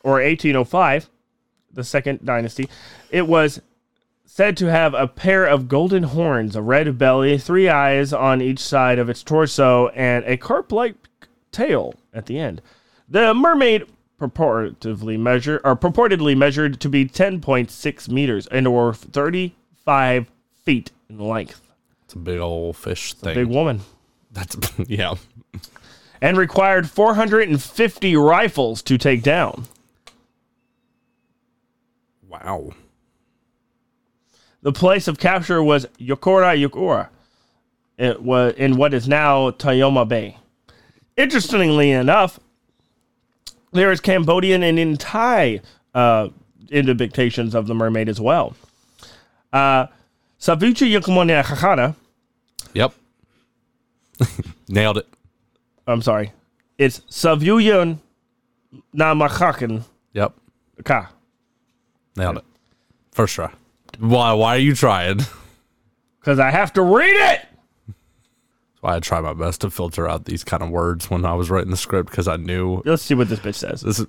or 1805, the second dynasty. It was said to have a pair of golden horns, a red belly, three eyes on each side of its torso, and a carp like tail at the end. The mermaid purportedly measure or purportedly measured to be 10.6 meters and or 35 feet in length. It's a big old fish thing. Big woman. That's yeah. And required 450 rifles to take down. Wow. The place of capture was Yokora Yokora. It was in what is now Tayoma Bay. Interestingly enough, there is Cambodian and in Thai uh, depictions of the mermaid as well. Uh, Savucha Yokomone Hakana. Yep. Nailed it. I'm sorry. It's Savuyun Namakakan Yep. Ka. Nailed it. First try. Why? Why are you trying? That's Because I have to read it! why I try my best to filter out these kind of words when I was writing the script because I knew Let's see what this bitch says. this is.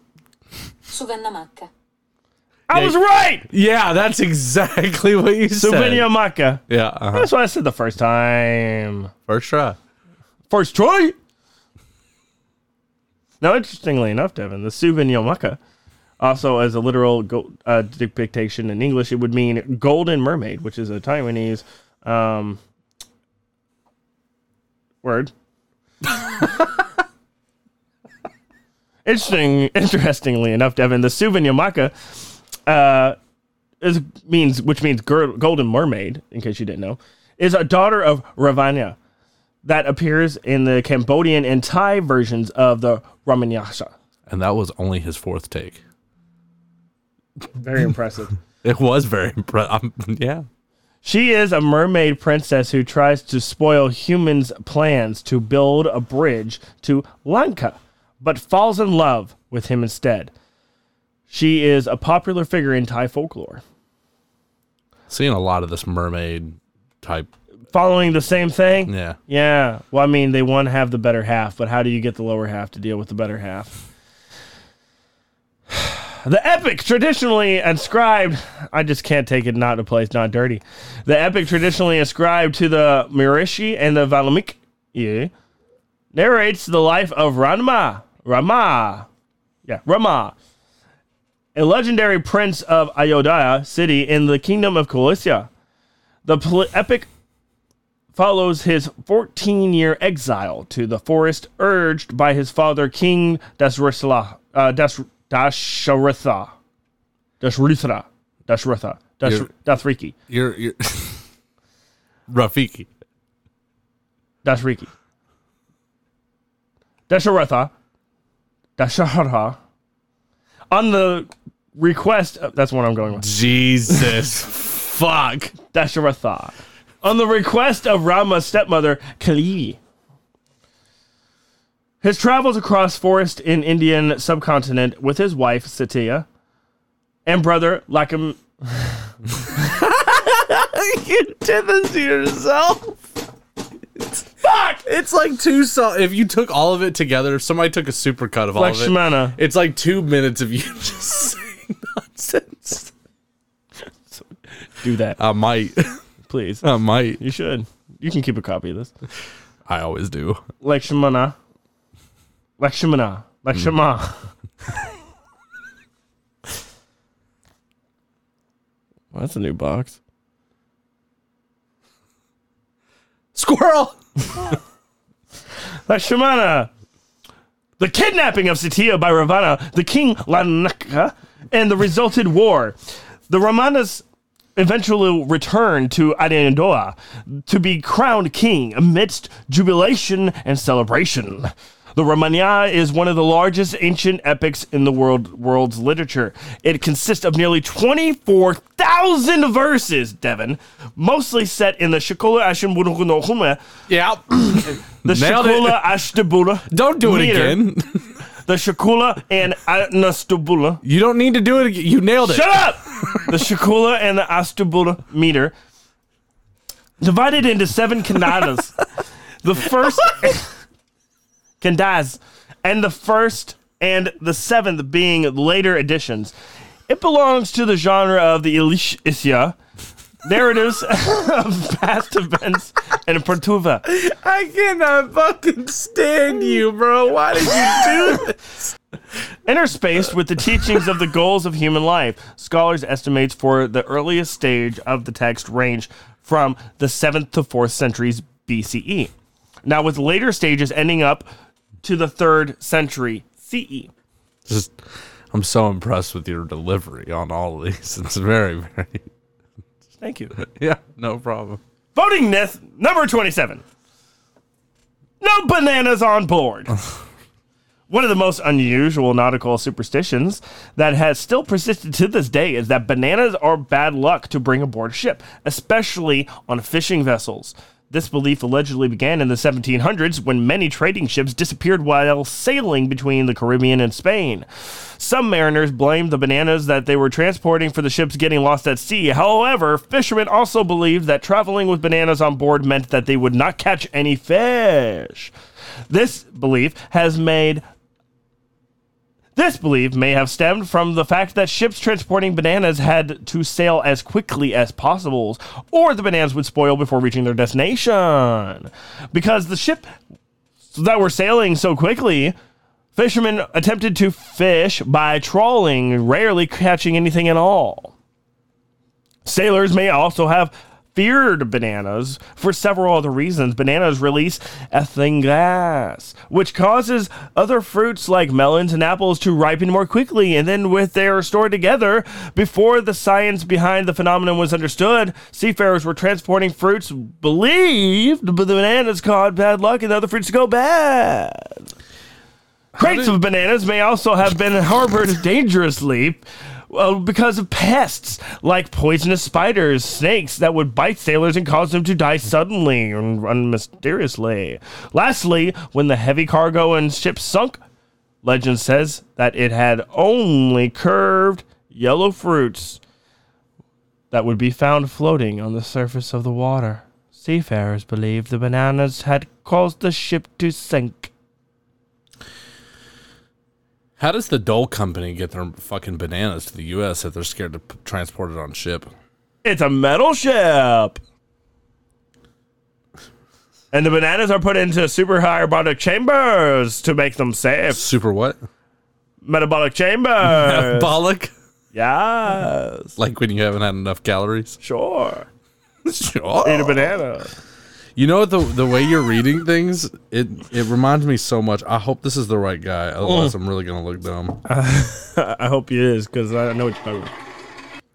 I was right! Yeah, that's exactly what you Souvenir Maka. Yeah. uh-huh. That's what I said the first time. First try. First try. Now, interestingly enough, Devin, the Subin Yomaka, also as a literal go- uh, depiction in English, it would mean golden mermaid, which is a Taiwanese um, word. Interesting, interestingly enough, Devin, the Subin Yomaka uh, is means which means gir- golden mermaid. In case you didn't know, is a daughter of Ravana that appears in the Cambodian and Thai versions of the Ramayana. And that was only his fourth take. Very impressive. It was very impressive. Yeah. she is a mermaid princess who tries to spoil humans' plans to build a bridge to Lanka, but falls in love with him instead. She is a popular figure in Thai folklore. Seeing a lot of this mermaid type. Following the same thing? Yeah. Yeah. Well, I mean, they want to have the better half, but how do you get the lower half to deal with the better half? The epic traditionally ascribed, I just can't take it not a place not dirty. The epic traditionally ascribed to the Mirishi and the Valmiki narrates the life of Ranma, Rama, yeah, Rama, a legendary prince of Ayodhya city in the kingdom of Kulisya. The pl- epic follows his 14 year exile to the forest, urged by his father, King Dasratha. Uh, Das, Dasharatha. Dashritha. Dashratha. Dash, You're- Dathriki. You're, you're Rafiki. Dashriki. Dasharatha. Dasharatha. On the request, of, that's what I'm going with. Jesus. Fuck. Dasharatha. On the request of Rama's stepmother, Kali. His travels across forest in Indian subcontinent with his wife, Satya, and brother, Lakam. You did this to yourself. Fuck! It's like two songs. If you took all of it together, if somebody took a supercut of all of it, Lakshmana. it's like two minutes of you just saying nonsense. Do that, I might. please. I might. You should. You can keep a copy of this. I always do. Lakshmana. Lakshmana. Lakshma. well, that's a new box. Squirrel. Lakshmana. The kidnapping of Satya by Ravana, the king Lanaka, and the resulted war. The Ramanas eventually returned to Adendoa to be crowned king amidst jubilation and celebration. The Ramayana is one of the largest ancient epics in the world world's literature. It consists of nearly 24,000 verses, Devin, mostly set in the Shikula Ashimbunukunohume, Yeah. the Nailed it. Shikula Ashtabula. Don't do it meter, again. The Shikula and Anastabula. You don't need to do it again. You nailed it. Shut up! the Shikula and the Astabula meter. Divided into seven kanadas. the first. kandas. And the first and the seventh being later additions. It belongs to the genre of the Elish Isya. Narratives of past events and Portuva. I cannot fucking stand you, bro. Why did you do this? interspaced with the teachings of the goals of human life. Scholars estimates for the earliest stage of the text range from the 7th to 4th centuries BCE. Now with E. later stages ending up to the 3rd century CE. Just, I'm so impressed with your delivery on all of these. It's very, very. Thank you. Yeah, no problem. Voting myth number 27. No bananas on board. One of the most unusual nautical superstitions that has still persisted to this day is that bananas are bad luck to bring aboard ship, especially on fishing vessels. This belief allegedly began in the 1700s when many trading ships disappeared while sailing between the Caribbean and Spain. Some mariners blamed the bananas that they were transporting for the ships getting lost at sea. However, fishermen also believed that traveling with bananas on board meant that they would not catch any fish. This belief has made this belief may have stemmed from the fact that ships transporting bananas had to sail as quickly as possible, or the bananas would spoil before reaching their destination. Because the ship that were sailing so quickly, fishermen attempted to fish by trawling, rarely catching anything at all. Sailors may also have feared bananas for several other reasons. Bananas release ethane gas, which causes other fruits like melons and apples to ripen more quickly, and then with their stored together, before the science behind the phenomenon was understood, seafarers were transporting fruits believed the bananas caused bad luck and the other fruits to go bad. Crates of bananas may also have been harbored dangerously uh, because of pests like poisonous spiders, snakes that would bite sailors and cause them to die suddenly and run mysteriously. Lastly, when the heavy cargo and ship sunk, legend says that it had only curved yellow fruits that would be found floating on the surface of the water. Seafarers believed the bananas had caused the ship to sink. How does the Dole Company get their fucking bananas to the U.S. if they're scared to p- transport it on ship? It's a metal ship. And the bananas are put into super hyperbolic chambers to make them safe. Super what? Metabolic chambers. Uh, Bollock? yes. Like when you haven't had enough calories? Sure. Eat a Sure. banana. You know what? The, the way you're reading things, it, it reminds me so much. I hope this is the right guy. Otherwise, Mm. I'm really going to look dumb. I hope it is because I know what you're talking about.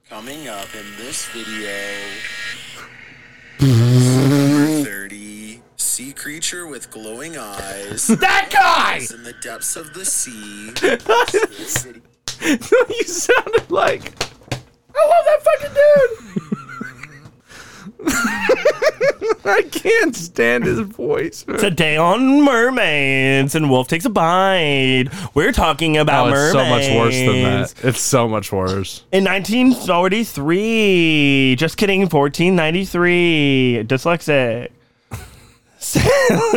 Coming up in this video 30 sea creature with glowing eyes That guy! in the depths of the sea. you sounded like. I love that fucking dude. I can't stand his voice. man. Today on mermaids and Wolf takes a bite. We're talking about Oh, it's mermaids. so much worse than that. It's so much worse. In 1943, just kidding, 1493, dyslexic.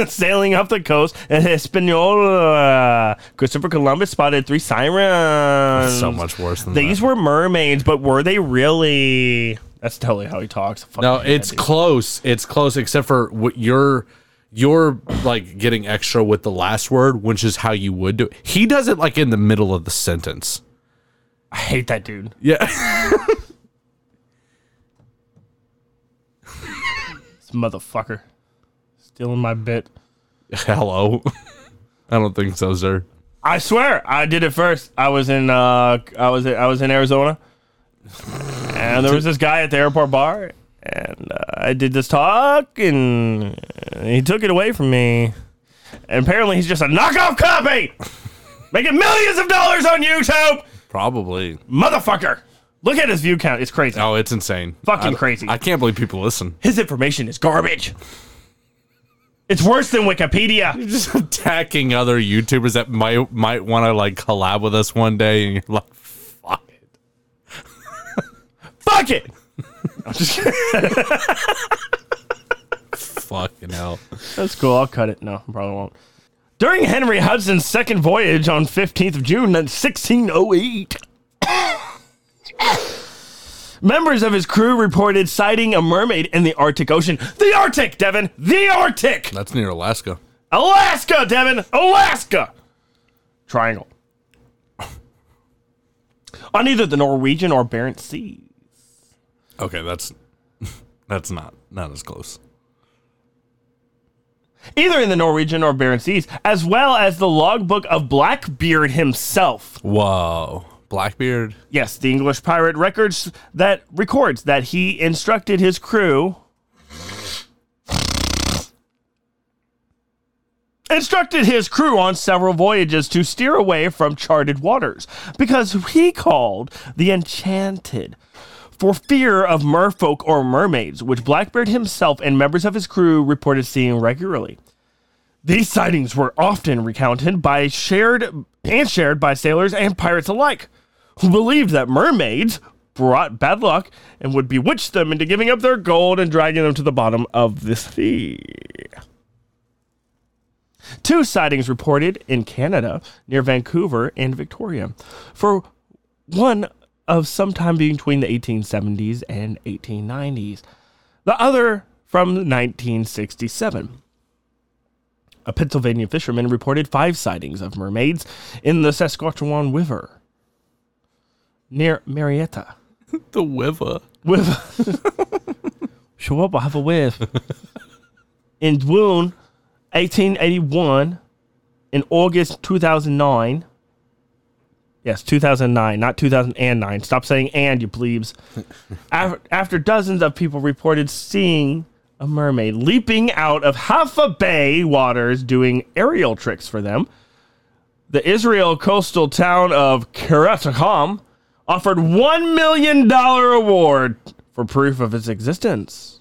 Sailing up the coast in Hispaniola, Christopher Columbus spotted three sirens. So much worse than These that. were mermaids, but were they really? That's totally how he talks. Fuck No, yeah, it's dude. close. It's close, except for what you're you're like getting extra with the last word, which is how you would do. It. He does it like in the middle of the sentence. I hate that dude. Yeah, This motherfucker. Stealing my bit. hello. I don't think so, sir. I swear, I did it first. I was in uh, I was I was in Arizona, and there was this guy at the airport bar, and uh, I did this talk, and he took it away from me. And apparently, he's just a knockoff copy, making millions of dollars on YouTube, Probably. motherfucker. Look at his view count; it's crazy. Oh, it's insane. Fucking I- crazy. I can't believe people listen. His information is garbage. It's worse than Wikipedia. Just attacking other YouTubers that might might want to like collab with us one day, and you're like, fuck it. Fuck it. I'm just kidding. Fucking hell. That's cool. I'll cut it. No, I probably won't. During Henry Hudson's second voyage on 15th of June, 1608, members of his crew reported sighting a mermaid in the Arctic Ocean. The Arctic, Devin! The Arctic! That's near Alaska. Alaska, Devin! Alaska! Triangle. On either the Norwegian or Barents Sea. Okay, that's that's not not as close. either in the Norwegian or Barents Seas, as well as the logbook of Blackbeard himself. Whoa. Blackbeard. Yes, the English pirate records that records that he instructed his crew. Instructed his crew on several voyages to steer away from charted waters because he called the enchanted for fear of merfolk or mermaids, which Blackbeard himself and members of his crew reported seeing regularly. These sightings were often recounted by shared and shared by sailors and pirates alike, who believed that mermaids brought bad luck and would bewitch them into giving up their gold and dragging them to the bottom of the sea. Two sightings reported in Canada near Vancouver and Victoria. For one of sometime between the 1870s and 1890s, the other from 1967 a Pennsylvania fisherman reported five sightings of mermaids in the Saskatchewan River near Marietta. The Wiva. With show up, I have a whiff. in June 1881, in August 2009. Yes, 2009, not 2009. Stop saying and, you plebes. Af- After dozens of people reported seeing a mermaid leaping out of Haifa Bay waters doing aerial tricks for them, the Israel coastal town of Keratakam offered $1 million award for proof of its existence.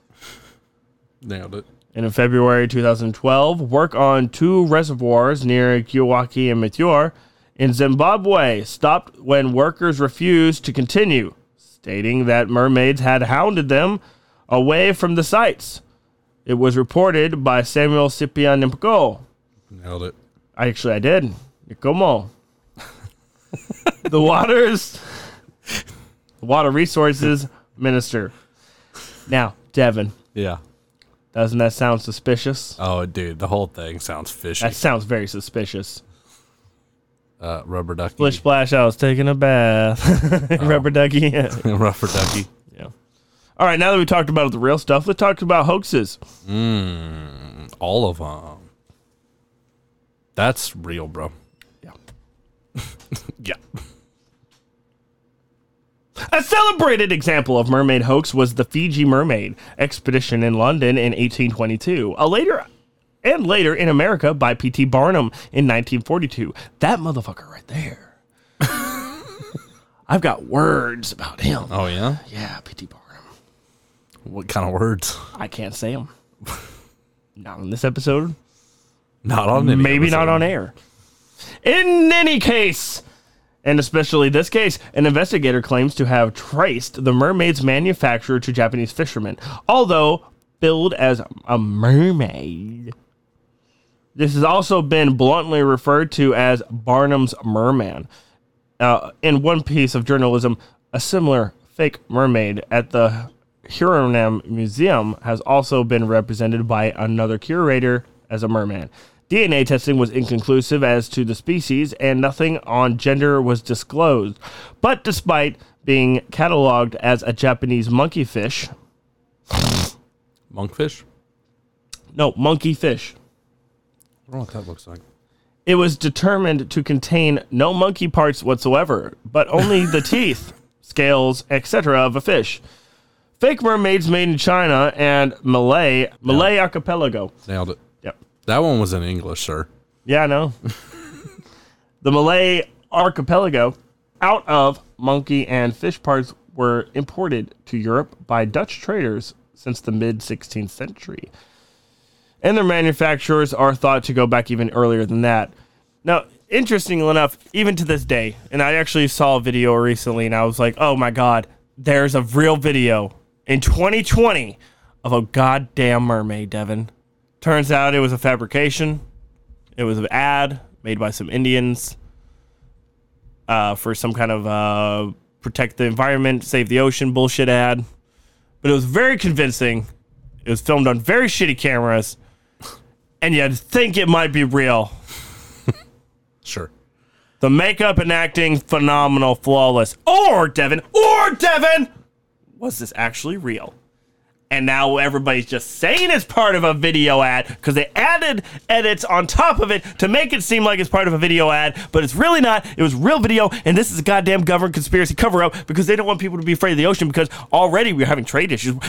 Nailed it. And in February 2012, work on two reservoirs near Kiwaki and Meteor in Zimbabwe stopped when workers refused to continue, stating that mermaids had hounded them away from the sites. It was reported by Samuel Cipian Nimko. Nailed it. I Actually, I did. Nicomo. the waters, the water resources minister. Now, Devin, Yeah. doesn't that sound suspicious? Oh, dude, the whole thing sounds fishy. That sounds very suspicious. Uh, rubber ducky. Splish splash, I was taking a bath. Rubber ducky. yeah. rubber ducky. All right, now that we talked about the real stuff, let's talk about hoaxes. All of them. That's real, bro. Yeah. Yeah. A celebrated example of mermaid hoax was the Fiji Mermaid Expedition in London in 1822. A later and later in America by P.T. Barnum in 1942. That motherfucker right there. I've got words about him. Oh, yeah? Yeah, P.T. Barnum. What kind of words? I can't say him. Not on this episode. Not on any maybe not episode. on air. In any case, and especially this case, an investigator claims to have traced the mermaid's manufacturer to Japanese fishermen, although billed as a mermaid. This has also been bluntly referred to as Barnum's merman. Uh, in one piece of journalism, a similar fake mermaid at the Huronam Museum has also been represented by another curator as a merman. DNA testing was inconclusive as to the species, and nothing on gender was disclosed. But despite being cataloged as a Japanese monkeyfish, Monkfish? no, monkeyfish, I don't know what that looks like. it was determined to contain no monkey parts whatsoever, but only the teeth, scales, etc. of a fish. Fake mermaids made in China and Malay Malay archipelago. Nailed it. Yep. That one was in English, sir. Yeah, I know. the Malay archipelago out of monkey and fish parts were imported to Europe by Dutch traders since the mid 16th century. And their manufacturers are thought to go back even earlier than that. Now, interestingly enough, even to this day, and I actually saw a video recently and I was like, oh my God, there's a real video in 2020 of a goddamn mermaid, Devin. Turns out it was a fabrication. It was an ad made by some Indians uh, for some kind of uh, protect the environment, save the ocean bullshit ad. But it was very convincing. It was filmed on very shitty cameras, and you'd think it might be real. Sure. The makeup and acting, phenomenal, flawless. Or, Devin, or, Devin, was this actually real? and now everybody's just saying it's part of a video ad because they added edits on top of it to make it seem like it's part of a video ad, but it's really not. It was real video, and this is a goddamn government conspiracy cover up because they don't want people to be afraid of the ocean because already we're having trade issues.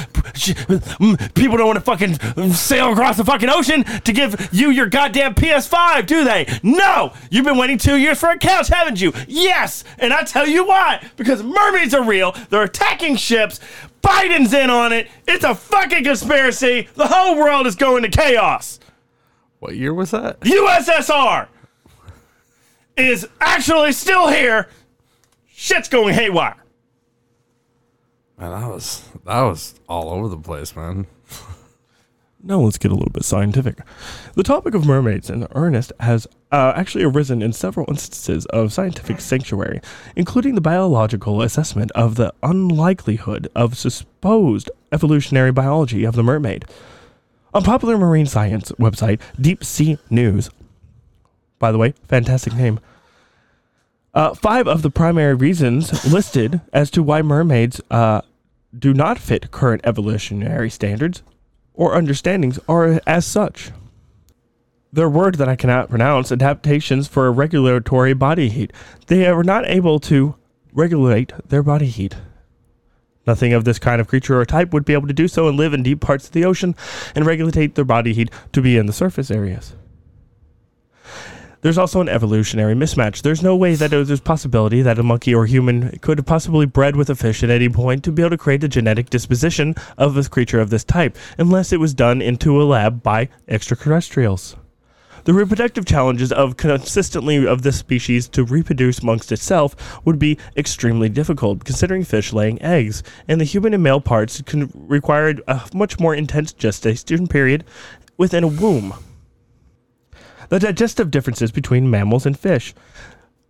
People don't want to fucking sail across the fucking ocean to give you your goddamn PS5, do they? No! You've been waiting two years for a couch, haven't you? Yes! And I tell you why because mermaids are real, they're attacking ships. Biden's in on it. It's a fucking conspiracy. The whole world is going to chaos. What year was that? USSR is actually still here. Shit's going haywire. Man, that was that was all over the place, man. Now let's get a little bit scientific. The topic of mermaids in earnest has uh, actually arisen in several instances of scientific sanctuary, including the biological assessment of the unlikelihood of supposed evolutionary biology of the mermaid. On popular marine science website Deep Sea News, by the way, fantastic name. Uh, five of the primary reasons listed as to why mermaids uh, do not fit current evolutionary standards or understandings are as such. Their word that I cannot pronounce adaptations for regulatory body heat. They are not able to regulate their body heat. Nothing of this kind of creature or type would be able to do so and live in deep parts of the ocean and regulate their body heat to be in the surface areas. There's also an evolutionary mismatch. There's no way that there's possibility that a monkey or human could have possibly bred with a fish at any point to be able to create a genetic disposition of a creature of this type, unless it was done into a lab by extraterrestrials. The reproductive challenges of consistently of this species to reproduce amongst itself would be extremely difficult, considering fish laying eggs, and the human and male parts can require a much more intense gestation period within a womb the digestive differences between mammals and fish.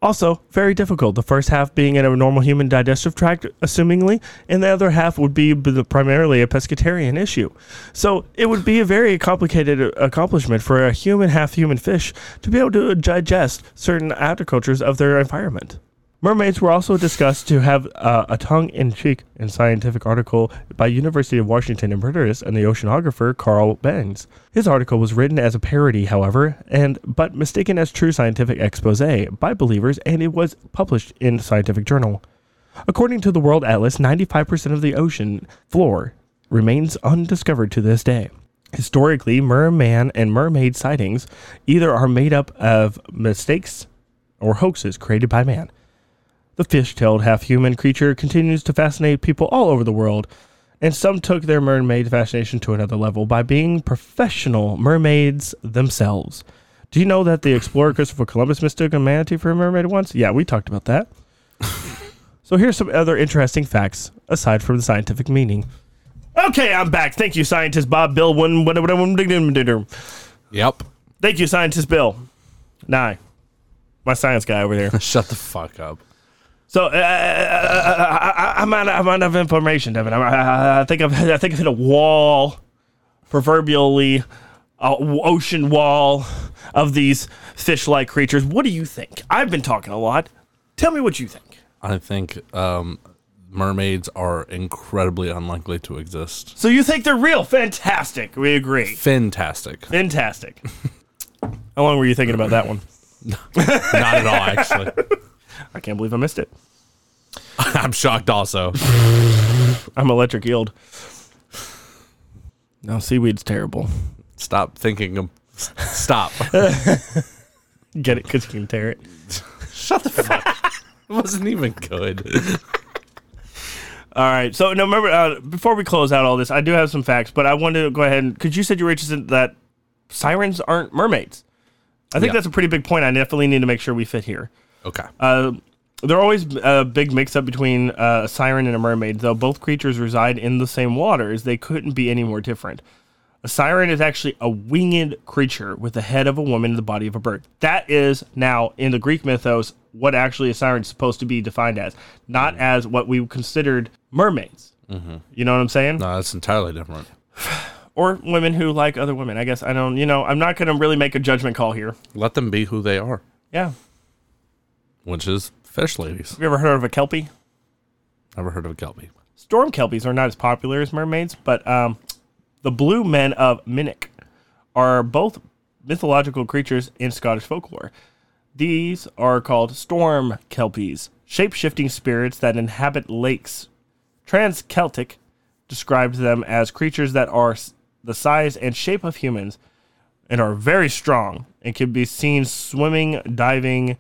Also, very difficult, the first half being in a normal human digestive tract, assumingly, and the other half would be b- primarily a pescatarian issue. So, it would be a very complicated uh, accomplishment for a human, half human fish to be able to digest certain agricultures of their environment. Mermaids were also discussed to have uh, a tongue in cheek in scientific article by University of Washington emeritus and the oceanographer Carl Benz. His article was written as a parody, however, and but mistaken as true scientific expose by believers, and it was published in Scientific Journal. According to the World Atlas, 95% of the ocean floor remains undiscovered to this day. Historically, merman and mermaid sightings either are made up of mistakes or hoaxes created by man. The fish tailed half human creature continues to fascinate people all over the world, and some took their mermaid fascination to another level by being professional mermaids themselves. Do you know that the explorer Christopher Columbus mistook a manatee for a mermaid once? Yeah, we talked about that. so here's some other interesting facts aside from the scientific meaning. Okay, I'm back. Thank you, scientist Bob Bill. One, one, one, one, one, one, one. Yep. Thank you, scientist Bill. Nye, my science guy over there. Shut the fuck up. So uh, uh, I, I, I'm out. Of, I'm out of information, Devin. I'm, I, I think I've. I think I've hit a wall, proverbially, uh, ocean wall of these fish-like creatures. What do you think? I've been talking a lot. Tell me what you think. I think um, mermaids are incredibly unlikely to exist. So you think they're real? Fantastic. We agree. Fantastic. Fantastic. How long were you thinking about that one? Not at all, actually. I can't believe I missed it. I'm shocked also. I'm electric yield. No, seaweed's terrible. Stop thinking. of- Stop. Get it? Cause you can tear it. Shut the fuck. up. It wasn't even good. All right. So no, remember uh, before we close out all this, I do have some facts, but I wanted to go ahead and because you said you were interested in that sirens aren't mermaids. I think Yeah. that's a pretty big point. I definitely need to make sure we fit here. Okay. Uh, there are always a big mix up between uh, a siren and a mermaid, though both creatures reside in the same waters. They couldn't be any more different. A siren is actually a winged creature with the head of a woman and the body of a bird. That is now in the Greek mythos what actually a siren is supposed to be defined as, not as what we considered mermaids. You know what I'm saying? no, that's entirely different. Or women who like other women. I guess I don't. You know, I'm not going to really make a judgment call here. Let them be who they are, Yeah. Have which is fish ladies. you ever heard of a kelpie? Never heard of a kelpie. Storm kelpies are not as popular as mermaids, but um, the blue men of Minnick are both mythological creatures in Scottish folklore. These are called storm kelpies, shape shifting spirits that inhabit lakes. Trans Celtic describes them as creatures that are s- the size and shape of humans and are very strong and can be seen swimming, diving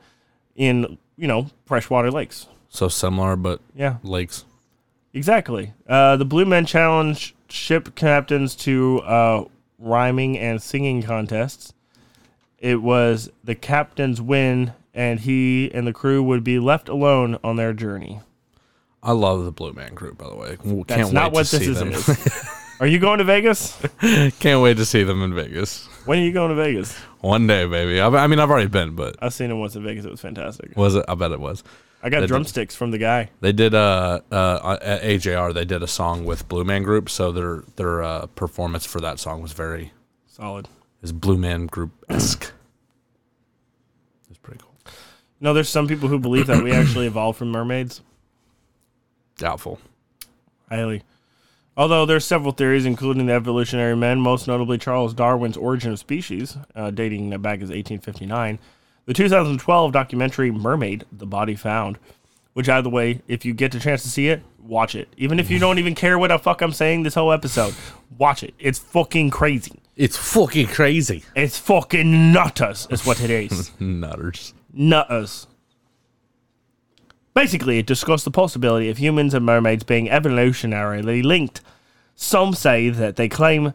in, you know, freshwater lakes. So similar, but Yeah. lakes. Exactly. Uh, the Blue Men challenge ship captains to uh, rhyming and singing contests. It was the captain's win, and he and the crew would be left alone on their journey. I love the Blue Man Group, by the way. Can't That's not wait what to this see is. them. is. Are you going to Vegas? Can't wait to see them in Vegas When are you going to Vegas? one day, baby. I, I mean, I've already been, but I've seen him once in Vegas. It was fantastic. was it? I bet it was. I got That- drumsticks from the guy. They did uh, uh at AJR. They did a song with Blue Man Group, so their their uh, performance for that song was very Solid. is Blue Man Group esque. It's pretty cool. No, there's some people who believe that we actually evolved from mermaids. Doubtful. Highly. Although there's several theories, including the evolutionary men, most notably Charles Darwin's Origin of Species, uh, dating back as 1859, the 2012 documentary Mermaid: The Body Found, which, either way, if you get the chance to see it, watch it. Even if you don't even care what the fuck I'm saying this whole episode, watch it. It's fucking crazy. It's fucking crazy. It's fucking nutters, is what it is. Nutters. nutters. Basically, it discussed the possibility of humans and mermaids being evolutionarily linked. Some say that they claim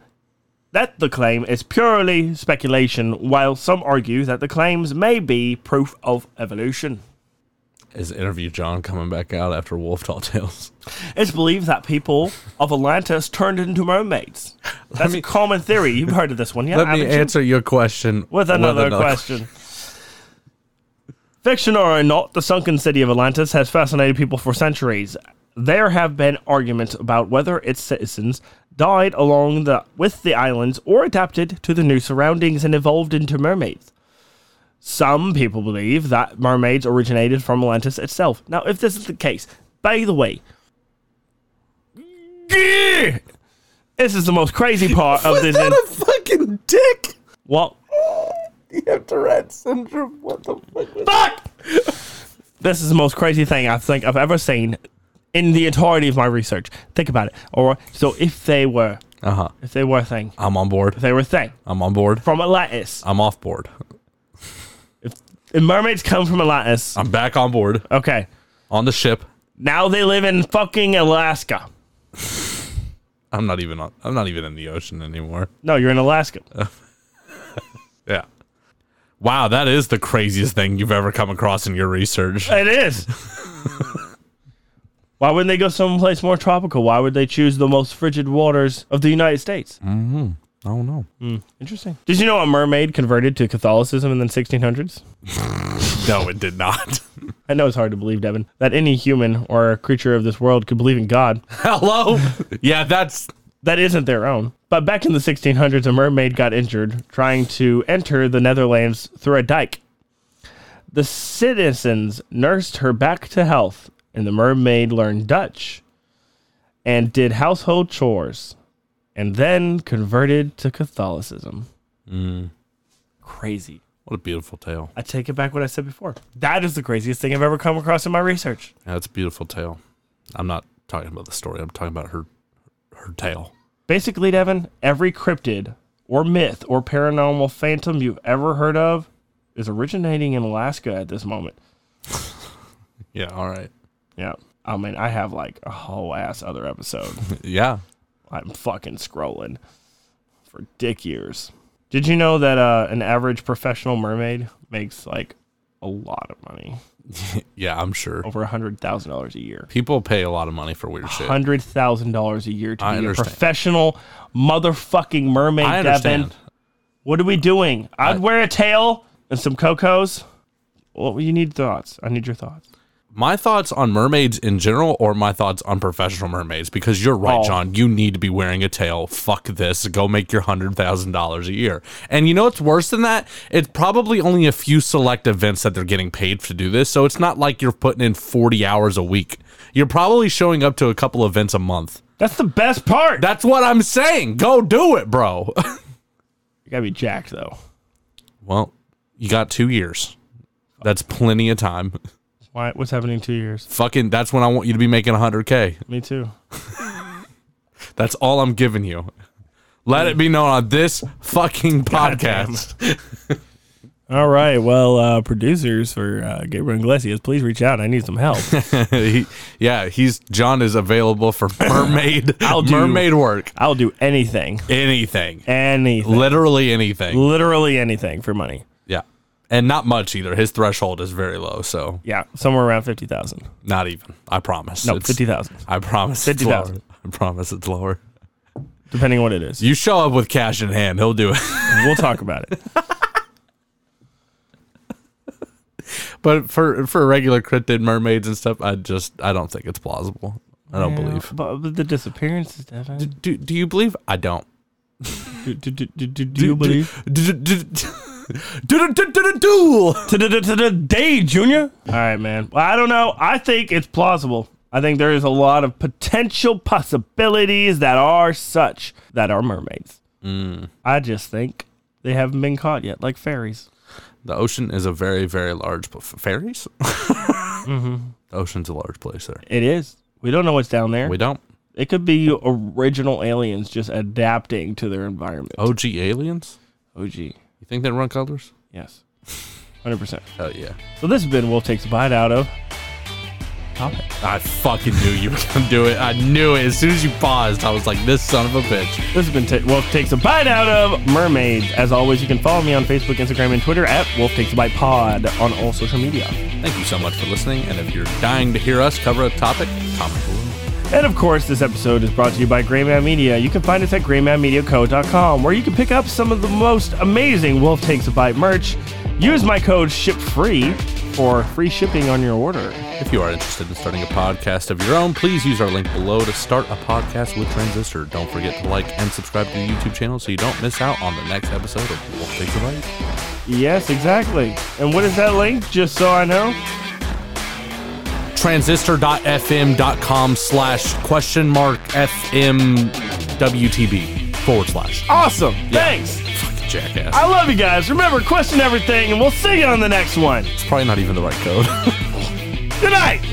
that the claim is purely speculation, while some argue that the claims may be proof of evolution. Is interview John coming back out after Wolf Tall Tales? It's believed that people of Atlantis turned into mermaids. That's a common theory. You've heard of this one, yeah? Let me haven't you? answer your question with another, question. Fiction or not, the sunken city of Atlantis has fascinated people for centuries. There have been arguments about whether its citizens died along the with the islands or adapted to the new surroundings and evolved into mermaids. Some people believe that mermaids originated from Atlantis itself. Now, if this is the case, by the way, this is the most crazy part of this. in- fucking dick. what? You have Tourette syndrome. What the fuck? Was Fuck! this is the most crazy thing I think I've ever seen in the entirety of my research. Think about it. All right. So if they were, Uh huh. if they were a thing, I'm on if board. they were a thing I'm on board. from Atlantis, I'm off board. if mermaids come from Atlantis. I'm back on board Okay. on the ship. Now they live in fucking Alaska. I'm not even on. I'm not even in the ocean anymore. No, you're in Alaska. Yeah. Wow, that is the craziest thing you've ever come across in your research. It is. Why wouldn't they go someplace more tropical? Why would they choose the most frigid waters of the United States? I don't know. Interesting. Did you know a mermaid converted to Catholicism in the 1600s? No, it did not. I know it's hard to believe, Devin, that any human or creature of this world could believe in God Hello. Yeah, that's that isn't their own. But back in the 1600s, a mermaid got injured trying to enter the Netherlands through a dike. The citizens nursed her back to health, and the mermaid learned Dutch and did household chores and then converted to Catholicism. Crazy. what a beautiful tale. I take it back what I said before. That is the craziest thing I've ever come across in my research. Yeah, that's a beautiful tale. I'm not talking about the story. I'm talking about her her tale. Basically, Devin, every cryptid or myth or paranormal phantom you've ever heard of is originating in Alaska at this moment. Yeah. All right. Yeah. I mean, I have like a whole ass other episode. Yeah. I'm fucking scrolling for dick years. Did you know that uh, an average professional mermaid makes like a lot of money, Yeah, I'm sure. over a hundred thousand dollars a year? People pay a lot of money for weird shit. Hundred thousand dollars a year to I be understand. a professional motherfucking mermaid. I Devin. understand. What are we doing? I'd wear a tail and some cocos. Well, you need thoughts. I need your thoughts. my thoughts on mermaids in general or my thoughts on professional mermaids because you're right Oh. john you need to be wearing a tail fuck this go make your $100000 a year and you know what's worse than that it's probably only a few select events that they're getting paid to do this so it's not like you're putting in 40 hours a week you're probably showing up to a couple events a month That's the best part. that's what i'm saying go do it bro you gotta be jacked though. well you got two years that's plenty of time Why? What's happening in two years? fucking that's when i want you to be making 100k Me too. That's all I'm giving you. Let it be known on this fucking podcast. All right. Well, uh, producers for uh, Gabriel Iglesias, please reach out. I need some help. He- yeah, he's John is available for mermaid I'll do- mermaid work. I'll do anything, Anything. anything, Literally anything. literally anything for money. Yeah. And not much either. His threshold is very low, so Yeah, somewhere around fifty thousand. not even. I promise. No, It's- fifty thousand, I promise. it's 50,000. lower. I promise it's lower. depending on what it is. You show up with cash in hand, he'll do it. We'll talk about it. but for for regular cryptid mermaids and stuff, I just I don't think it's plausible. I don't believe. But, but the disappearances, Devin. Do do you believe? I don't. Do, do, do, do, do, do you believe? Dude, To the- to the- to the day, Junior. All right, man. Well, I don't know. I think it's plausible. I think there is a lot of potential possibilities that are such that are mermaids. I just think they haven't been caught yet, like fairies. The ocean is a very, very large pl- fairies. Mm-hmm. The ocean's a large place there. It is. We don't know what's down there. We don't. It could be original aliens just adapting to their environment. OG aliens. OG. You think they run colors? Yes. 100%. Hell yeah! So this has been Wolf Takes a Bite Out of. Top it. I fucking knew you were gonna do it. I knew it as soon as you paused. I was like, this son of a bitch. This has been Ta- Wolf Takes a Bite Out of Mermaids. As always, you can follow me on Facebook, Instagram, and Twitter at Wolf Takes a Bite Pod on all social media. Thank you so much for listening. And if you're dying to hear us cover a topic, comment below. And of course, this episode is brought to you by Gray Man Media. You can find us at graymanmediaco.com, where you can pick up some of the most amazing Wolf Takes a Bite merch. Use my code SHIPFREE for free shipping on your order. If you are interested in starting a podcast of your own, please use our link below to start a podcast with Transistor. Don't forget to like and subscribe to the YouTube channel so you don't miss out on the next episode of Wolf Takes a Bite. Yes, exactly. And what is that link? Just so I know. Transistor.fm.com slash question mark FMWTB forward slash. Awesome. Thanks. Fucking jackass. I love you guys. Remember, question everything, and we'll see you on the next one. It's probably not even the right code. Good night.